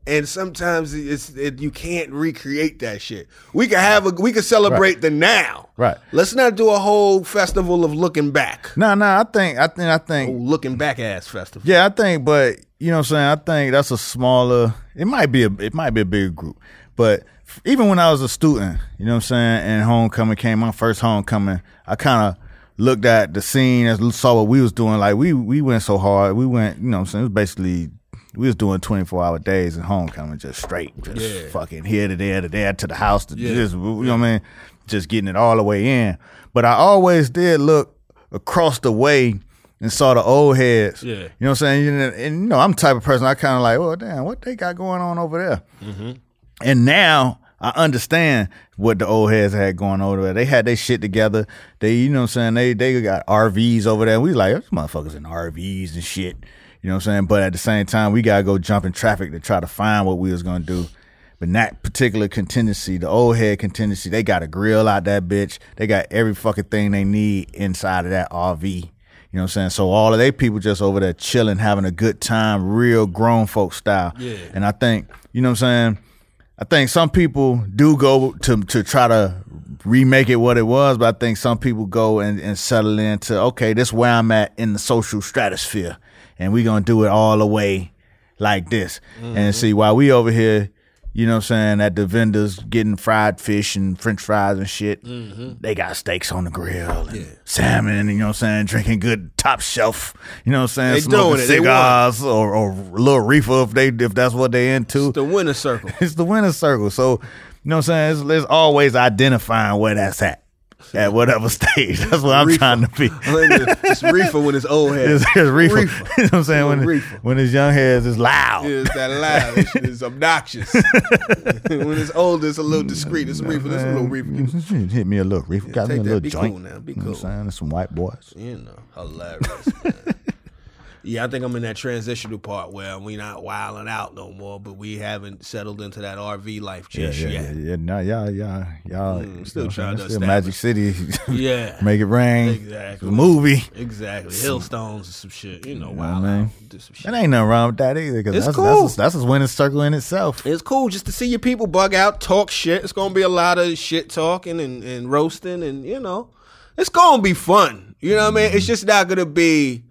C: and sometimes it's it, you can't recreate that shit. We could have a we could celebrate the now.
D: Right.
C: Let's not do a whole festival of looking back.
D: No, no, I think, I think, I think.
C: Looking back ass festival.
D: Yeah, I think, but you know what I'm saying? I think that's a smaller it might be a it might be a bigger group. But f- even when I was a student, you know what I'm saying, and homecoming came, my first homecoming, I kinda looked at the scene and saw what we was doing. Like we we went so hard. We went, you know what I'm saying, it was basically we was doing 24 hour days and homecoming just straight. Just fucking here to there to there to the house to just you know what I mean? Just getting it all the way in. But I always did look across the way and saw the old heads. Yeah. You know what I'm saying? And, and, you know, I'm the type of person I kind of like, well, damn, what they got going on over there? And now I understand what the old heads had going over there. They had their shit together. They, you know what I'm saying? They they got RVs over there. We like, those motherfuckers in RVs and shit. You know what I'm saying? But at the same time, we gotta go jump in traffic to try to find what we was gonna do. But that particular contingency, the old head contingency, they got a grill out that bitch. They got every fucking thing they need inside of that RV. You know what I'm saying? So all of they people just over there chilling, having a good time, real grown folk style. Yeah. And I think, you know what I'm saying? I think some people do go to to try to remake it what it was, but I think some people go and, and settle into okay, this where I'm at in the social stratosphere, and we gonna do it all the way like this.
C: Mm-hmm.
D: And see, while we over here, you know what I'm saying, at the vendors getting fried fish and french fries and shit,
C: Mm-hmm.
D: they got steaks on the grill and salmon, and you know what I'm saying, drinking good top shelf, you know what I'm saying,
C: They
D: smoking
C: doing it. They
D: cigars or, or a little reefer if they if that's what they into
C: The winner circle.
D: [laughs] it's the winner's circle. So, you know what I'm saying? It's, it's always identifying where that's at. at whatever [laughs] stage. That's what I'm
C: Reefer.
D: trying to be.
C: it's reefer when it's old head.
D: It's, it's reefer.
C: Reefer.
D: [laughs] you know what I'm saying? When,
C: Reefer.
D: when his young heads is loud.
C: Yeah, it's that loud. It's, it's
D: [laughs]
C: obnoxious. when it's older, it's a little discreet. It's a reefer. It's a little reefer.
D: Mm, Hit me a little reefer. Got me
C: take
D: a
C: that.
D: little
C: Be cool
D: joint.
C: now. Be
D: You know what I'm
C: cool.
D: saying? There's some white boys.
C: You know, hilarious. man. yeah, I think I'm in that transitional part where we not wilding out no more, but we haven't settled into that RV life just
D: yeah, yeah,
C: yet.
D: yeah. No, y'all, y'all, y'all. you
C: Mm, still
D: know,
C: trying to
D: it's still Magic City. [laughs]
C: Yeah.
D: Make it rain.
C: Exactly.
D: It's a movie.
C: Exactly. Hillstones and some shit. You know,
D: what I
C: wild
D: mean?
C: out. Do some shit.
D: That ain't nothing wrong with that either. Cause
C: It's
D: that's,
C: cool.
D: That's, a, that's a winning circle in itself.
C: It's cool just to see your people bug out, talk shit. It's gonna be a lot of shit talking and, and roasting, and you know, it's gonna be fun. You know what I mean? It's just not gonna be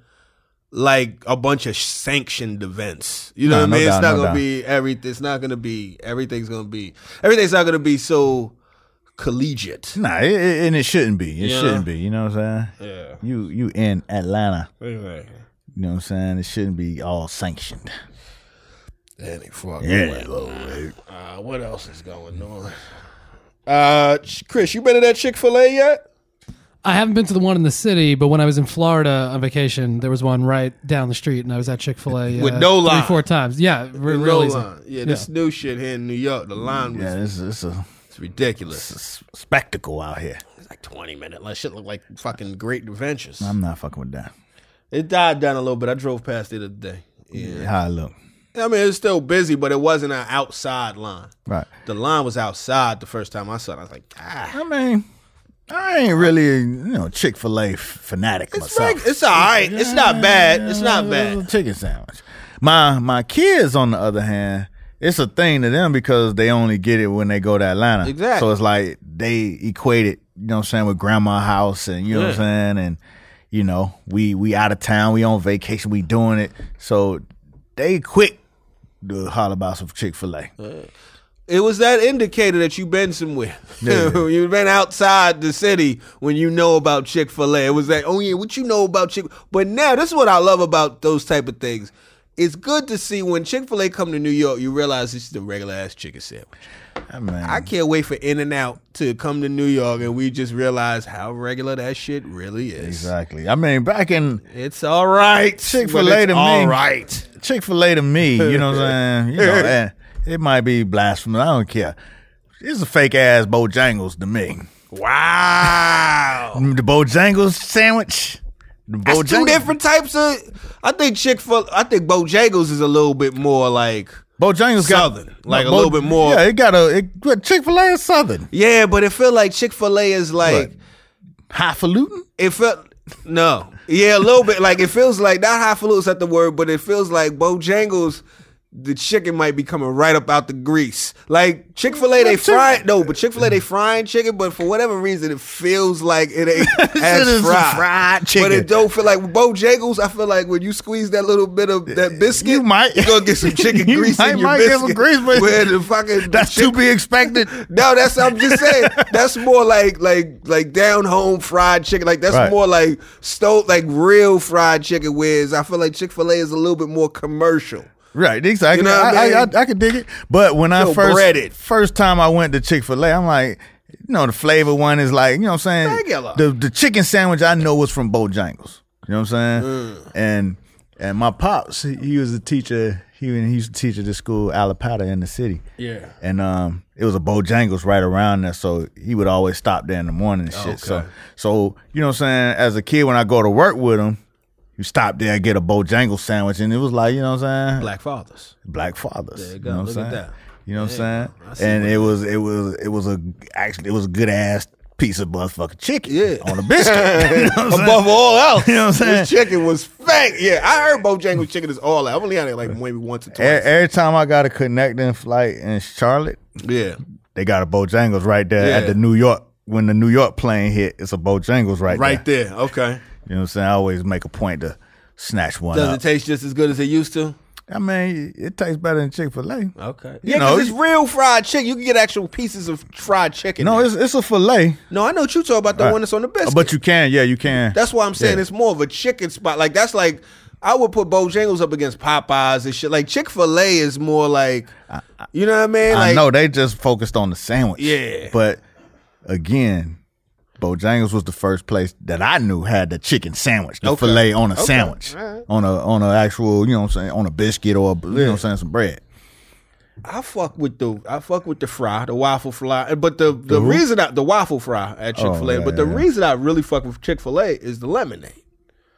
C: like a bunch of sanctioned events. You know
D: Nah,
C: what I
D: no
C: mean?
D: doubt,
C: it's not
D: no
C: gonna
D: doubt.
C: be every. It's not gonna be everything's gonna be everything's not gonna be so collegiate.
D: Nah, it, it- and it shouldn't be. It
C: Yeah.
D: shouldn't be. You know what I'm saying?
C: Yeah.
D: You you in Atlanta. You know what I'm saying? It shouldn't be all sanctioned.
C: Any fucking
D: Yeah.
C: way. Uh, what else is going on? Uh, Chris, you been to that Chick Fil A yet?
E: I haven't been to the one in the city, but when I was in Florida on vacation, there was one right down the street, and I was at Chick Fil A
C: With no line.
E: three, four times. Yeah, re-
C: The
E: real
C: no
E: easy.
C: line. Yeah, this new shit here in New York, the line was
D: Yeah, it's, it's a
C: it's ridiculous.
D: s- spectacle out here.
C: It's like twenty minute. That shit look like fucking Great Adventures.
D: I'm not fucking with that.
C: it died down a little bit. I drove past it the other day. Yeah,
D: How I look.
C: I mean it's still busy, but it wasn't an outside line.
D: Right.
C: The line was outside the first time I saw it. I was like, ah,
D: I mean, I ain't really a, you know Chick Fil A fanatic
C: it's
D: myself.
C: right. It's all right. It's not bad. It's not
D: Little
C: bad.
D: Uh, chicken sandwich. My my kids, on the other hand, it's a thing to them because they only get it when they go to Atlanta.
C: Exactly.
D: So it's like they equate it, you know what I'm saying, with grandma house and you know what I'm saying? And you know, we we out of town, we on vacation, we doing it. So they quick to holler about some Chick fil A.
C: It was that indicator that you've been somewhere. [laughs] you've been outside the city when you know about Chick Fil A. It was like, oh yeah, what you know about Chick. But now this is what I love about those type of things. It's good to see when Chick Fil A come to New York, you realize it's the regular ass chicken sandwich.
D: I mean,
C: I can't wait for In and Out to come to New York, and we just realize how regular that shit really is.
D: exactly. I mean, back in
C: It's all right.
D: Chick-fil-A
C: but it's
D: to me.
C: All right.
D: Chick Fil A to me, you know what I'm saying?
C: [laughs]
D: You know, eh, it might be blasphemous. I don't care. It's a fake ass Bojangles to me.
C: Wow.
D: The Bojangles sandwich. The Bojangles.
C: That's two different types of. I think Chick Fil. I think Bojangles is a little bit more like.
D: Bojangles got
C: Southern, like a little bit more-
D: Yeah, it got a Chick Fil A is Southern
C: Yeah, but it felt like Chick Fil A is like
D: What? highfalutin.
C: it felt. No, yeah, a little bit. Like it feels like not highfalootin's not the word, but it feels like Bojangles. The chicken might be coming right up out the grease. Like Chick Fil A, they
D: Chick-
C: fry no, but Chick Fil A they frying chicken, but for whatever reason it feels like it
D: [laughs]
C: ain't
D: Shit
C: as
D: is
C: fried.
D: fried
C: But
D: chicken.
C: it don't feel like Bojangles. I feel like when you squeeze that little bit of that biscuit,
D: Uh, You might-
C: are gonna get
D: [laughs]
C: some chicken
D: You
C: grease
D: might-
C: in your
D: might get
C: biscuit.
D: some grease, but-
C: where the fucking
D: [laughs] That's
C: Chick-
D: to be [laughs] expected.
C: No, that's I'm just saying. That's more like like like down home fried chicken. Like that's
D: Right.
C: more like stove like real fried chicken. Whereas I feel like Chick Fil A is a little bit more commercial.
D: Right,
C: You
D: exactly.
C: know what I
D: I, I,
C: mean?
D: I, I could dig it, but when I
C: So
D: first
C: breaded.
D: first time I went to Chick Fil A, I'm like, you know, the flavor one is like, you know, what I'm saying
C: Regular.
D: the the chicken sandwich I know was from Bojangles. You know what I'm saying?
C: Mm.
D: And and my pops, he- he was a teacher. He he used to teach at this school, Alapata, in the city.
C: Yeah.
D: And um, it was a Bojangles right around there, so he would always stop there in the morning and shit. So so you know what I'm saying? As a kid, when I go to work with him. You stop there, get a Bojangles sandwich, and it was like, you know what I'm saying?
C: Black fathers.
D: black fathers.
C: There you
D: you
C: go.
D: know what
C: Look
D: I'm
C: at
D: saying?
C: that.
D: You know what I'm
C: I see
D: saying? And it was it was it was a actually it was a good ass piece of motherfucking chicken
C: Yeah.
D: on
C: [laughs]
D: a biscuit. You know what I'm saying?
C: Above all else,
D: You know what I'm
C: this
D: saying?
C: chicken was fake. Yeah, I heard Bojangles chicken is all out. I've only had it like maybe once or
D: E- Every,
C: twice.
D: time I got a connecting flight in Charlotte,
C: yeah,
D: they got a Bojangles right there
C: Yeah.
D: at the New York. When the New York plane hit, it's a Bojangles right,
C: right
D: there.
C: there. Okay.
D: You know what I'm saying? I always make a point to snatch one
C: Does
D: up.
C: it taste just as good as it used to?
D: I mean, it tastes better than Chick Fil A.
C: Okay.
D: You
C: Yeah,
D: know,
C: because it's real fried chicken. You can get actual pieces of fried chicken.
D: No,
C: there.
D: it's it's a fillet,
C: no. I know what you talk about the one that's on the biscuit.
D: but you can, yeah, you can.
C: That's why I'm saying
D: Yeah.
C: it's more of a chicken spot. Like that's like I would put Bojangles up against Popeyes and shit. Like Chick Fil A is more like, you know what I mean? Like,
D: I know they just focused on the sandwich.
C: Yeah.
D: But again, Bojangles was the first place that I knew had the chicken sandwich, the
C: Okay.
D: filet on a
C: Okay.
D: sandwich,
C: All right.
D: on a on a actual, you know, what I'm saying, on a biscuit or a, you know, what I'm saying, some bread.
C: I fuck with the I fuck with the fry, the waffle fry, and- but the the, reason I the waffle fry at Chick Fil A,
D: Oh, yeah,
C: but the
D: yeah, yeah.
C: reason I really fuck with Chick Fil A is the lemonade.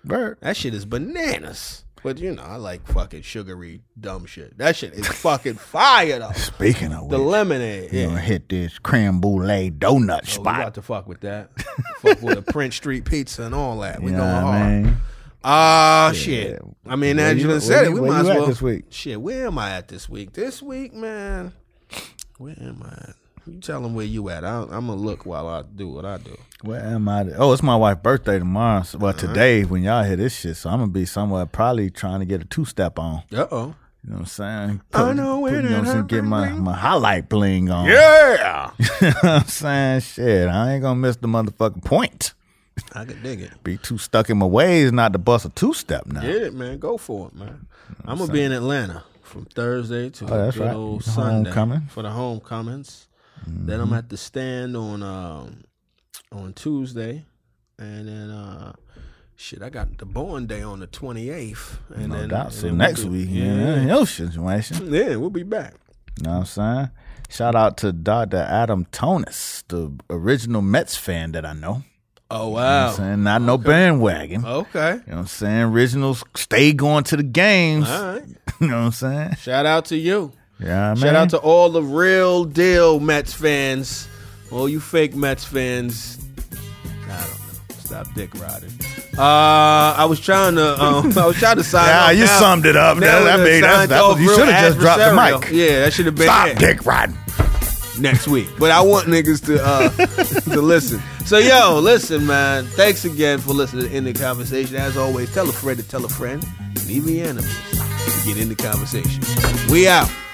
D: Bird.
C: That shit is bananas. But you know, I like fucking sugary dumb shit. That shit
D: [laughs]
C: is fucking fire though.
D: Speaking of
C: The
D: which,
C: lemonade,
D: you
C: yeah.
D: gonna hit this creme brulee donut
C: Oh,
D: spot.
C: we about to fuck with that. fuck with a Prince Street pizza and all that. We
D: You know
C: going
D: what I
C: hard.
D: mean?
C: Ah, shit. I mean,
D: Where you-
C: Angela
D: where
C: said
D: you-
C: it. We
D: where
C: might
D: you
C: as
D: at
C: well.
D: this week?
C: Shit, where am I at this week? This week, man. Where am I? At? You tell them where you at. I, I'm gonna look while I do what I do.
D: Where am I? Oh, it's my wife's birthday tomorrow. So, well, today when y'all hear this shit, so I'm gonna be somewhere probably trying to get a two step on.
C: Uh oh.
D: You know what I'm saying?
C: I know where
D: you know
C: that
D: what I'm saying? Get my,
C: happened.
D: my highlight bling on.
C: Yeah.
D: [laughs] you know what I'm saying? Shit, I ain't gonna miss the motherfucking point.
C: I can dig it.
D: Be too stuck in my ways not to bust a two step now.
C: Get it, man. Go for it, man. I'm gonna be in Atlanta from Thursday to
D: Oh, that's
C: good
D: right.
C: old
D: The
C: Sunday
D: homecoming. Mm-hmm.
C: for the homecomings. Then I'm at the stand on um, on Tuesday, and then uh, shit, I got the born day on the 28th, and
D: No
C: then
D: doubt.
C: and
D: So
C: then we'll
D: next
C: be-
D: week, yeah,
C: yeah,
D: your situation.
C: yeah, we'll be back.
D: You know what I'm saying? Shout out to Dr. Adam Tonis, the original Mets fan that I know.
C: Oh
D: You know what
C: wow,
D: I'm saying? Not no bandwagon.
C: okay,
D: You know what I'm saying? Originals stay going to the games.
C: all right.
D: [laughs] You know what I'm saying?
C: Shout out to you.
D: Yeah, man.
C: Shout out to all the real deal Mets fans. All you fake Mets fans. I don't know. Stop dick riding. Uh, I was trying to. Um, [laughs] I was trying to sign.
D: Yeah,
C: off
D: you
C: now.
D: summed it up. That-
C: it
D: that
C: done
D: made- that's-
C: signed
D: that's what-
C: off
D: you
C: real
D: shoulda just dropped the
C: adversarial.
D: mic.
C: Yeah, that should have been
D: Stop
C: it
D: dick riding.
C: next week. But I want niggas to uh, [laughs] to listen. So yo, listen, man. Thanks again for listening to End the Conversation. As always, tell a friend to tell a friend. Leave the enemies to get in the conversation. We out.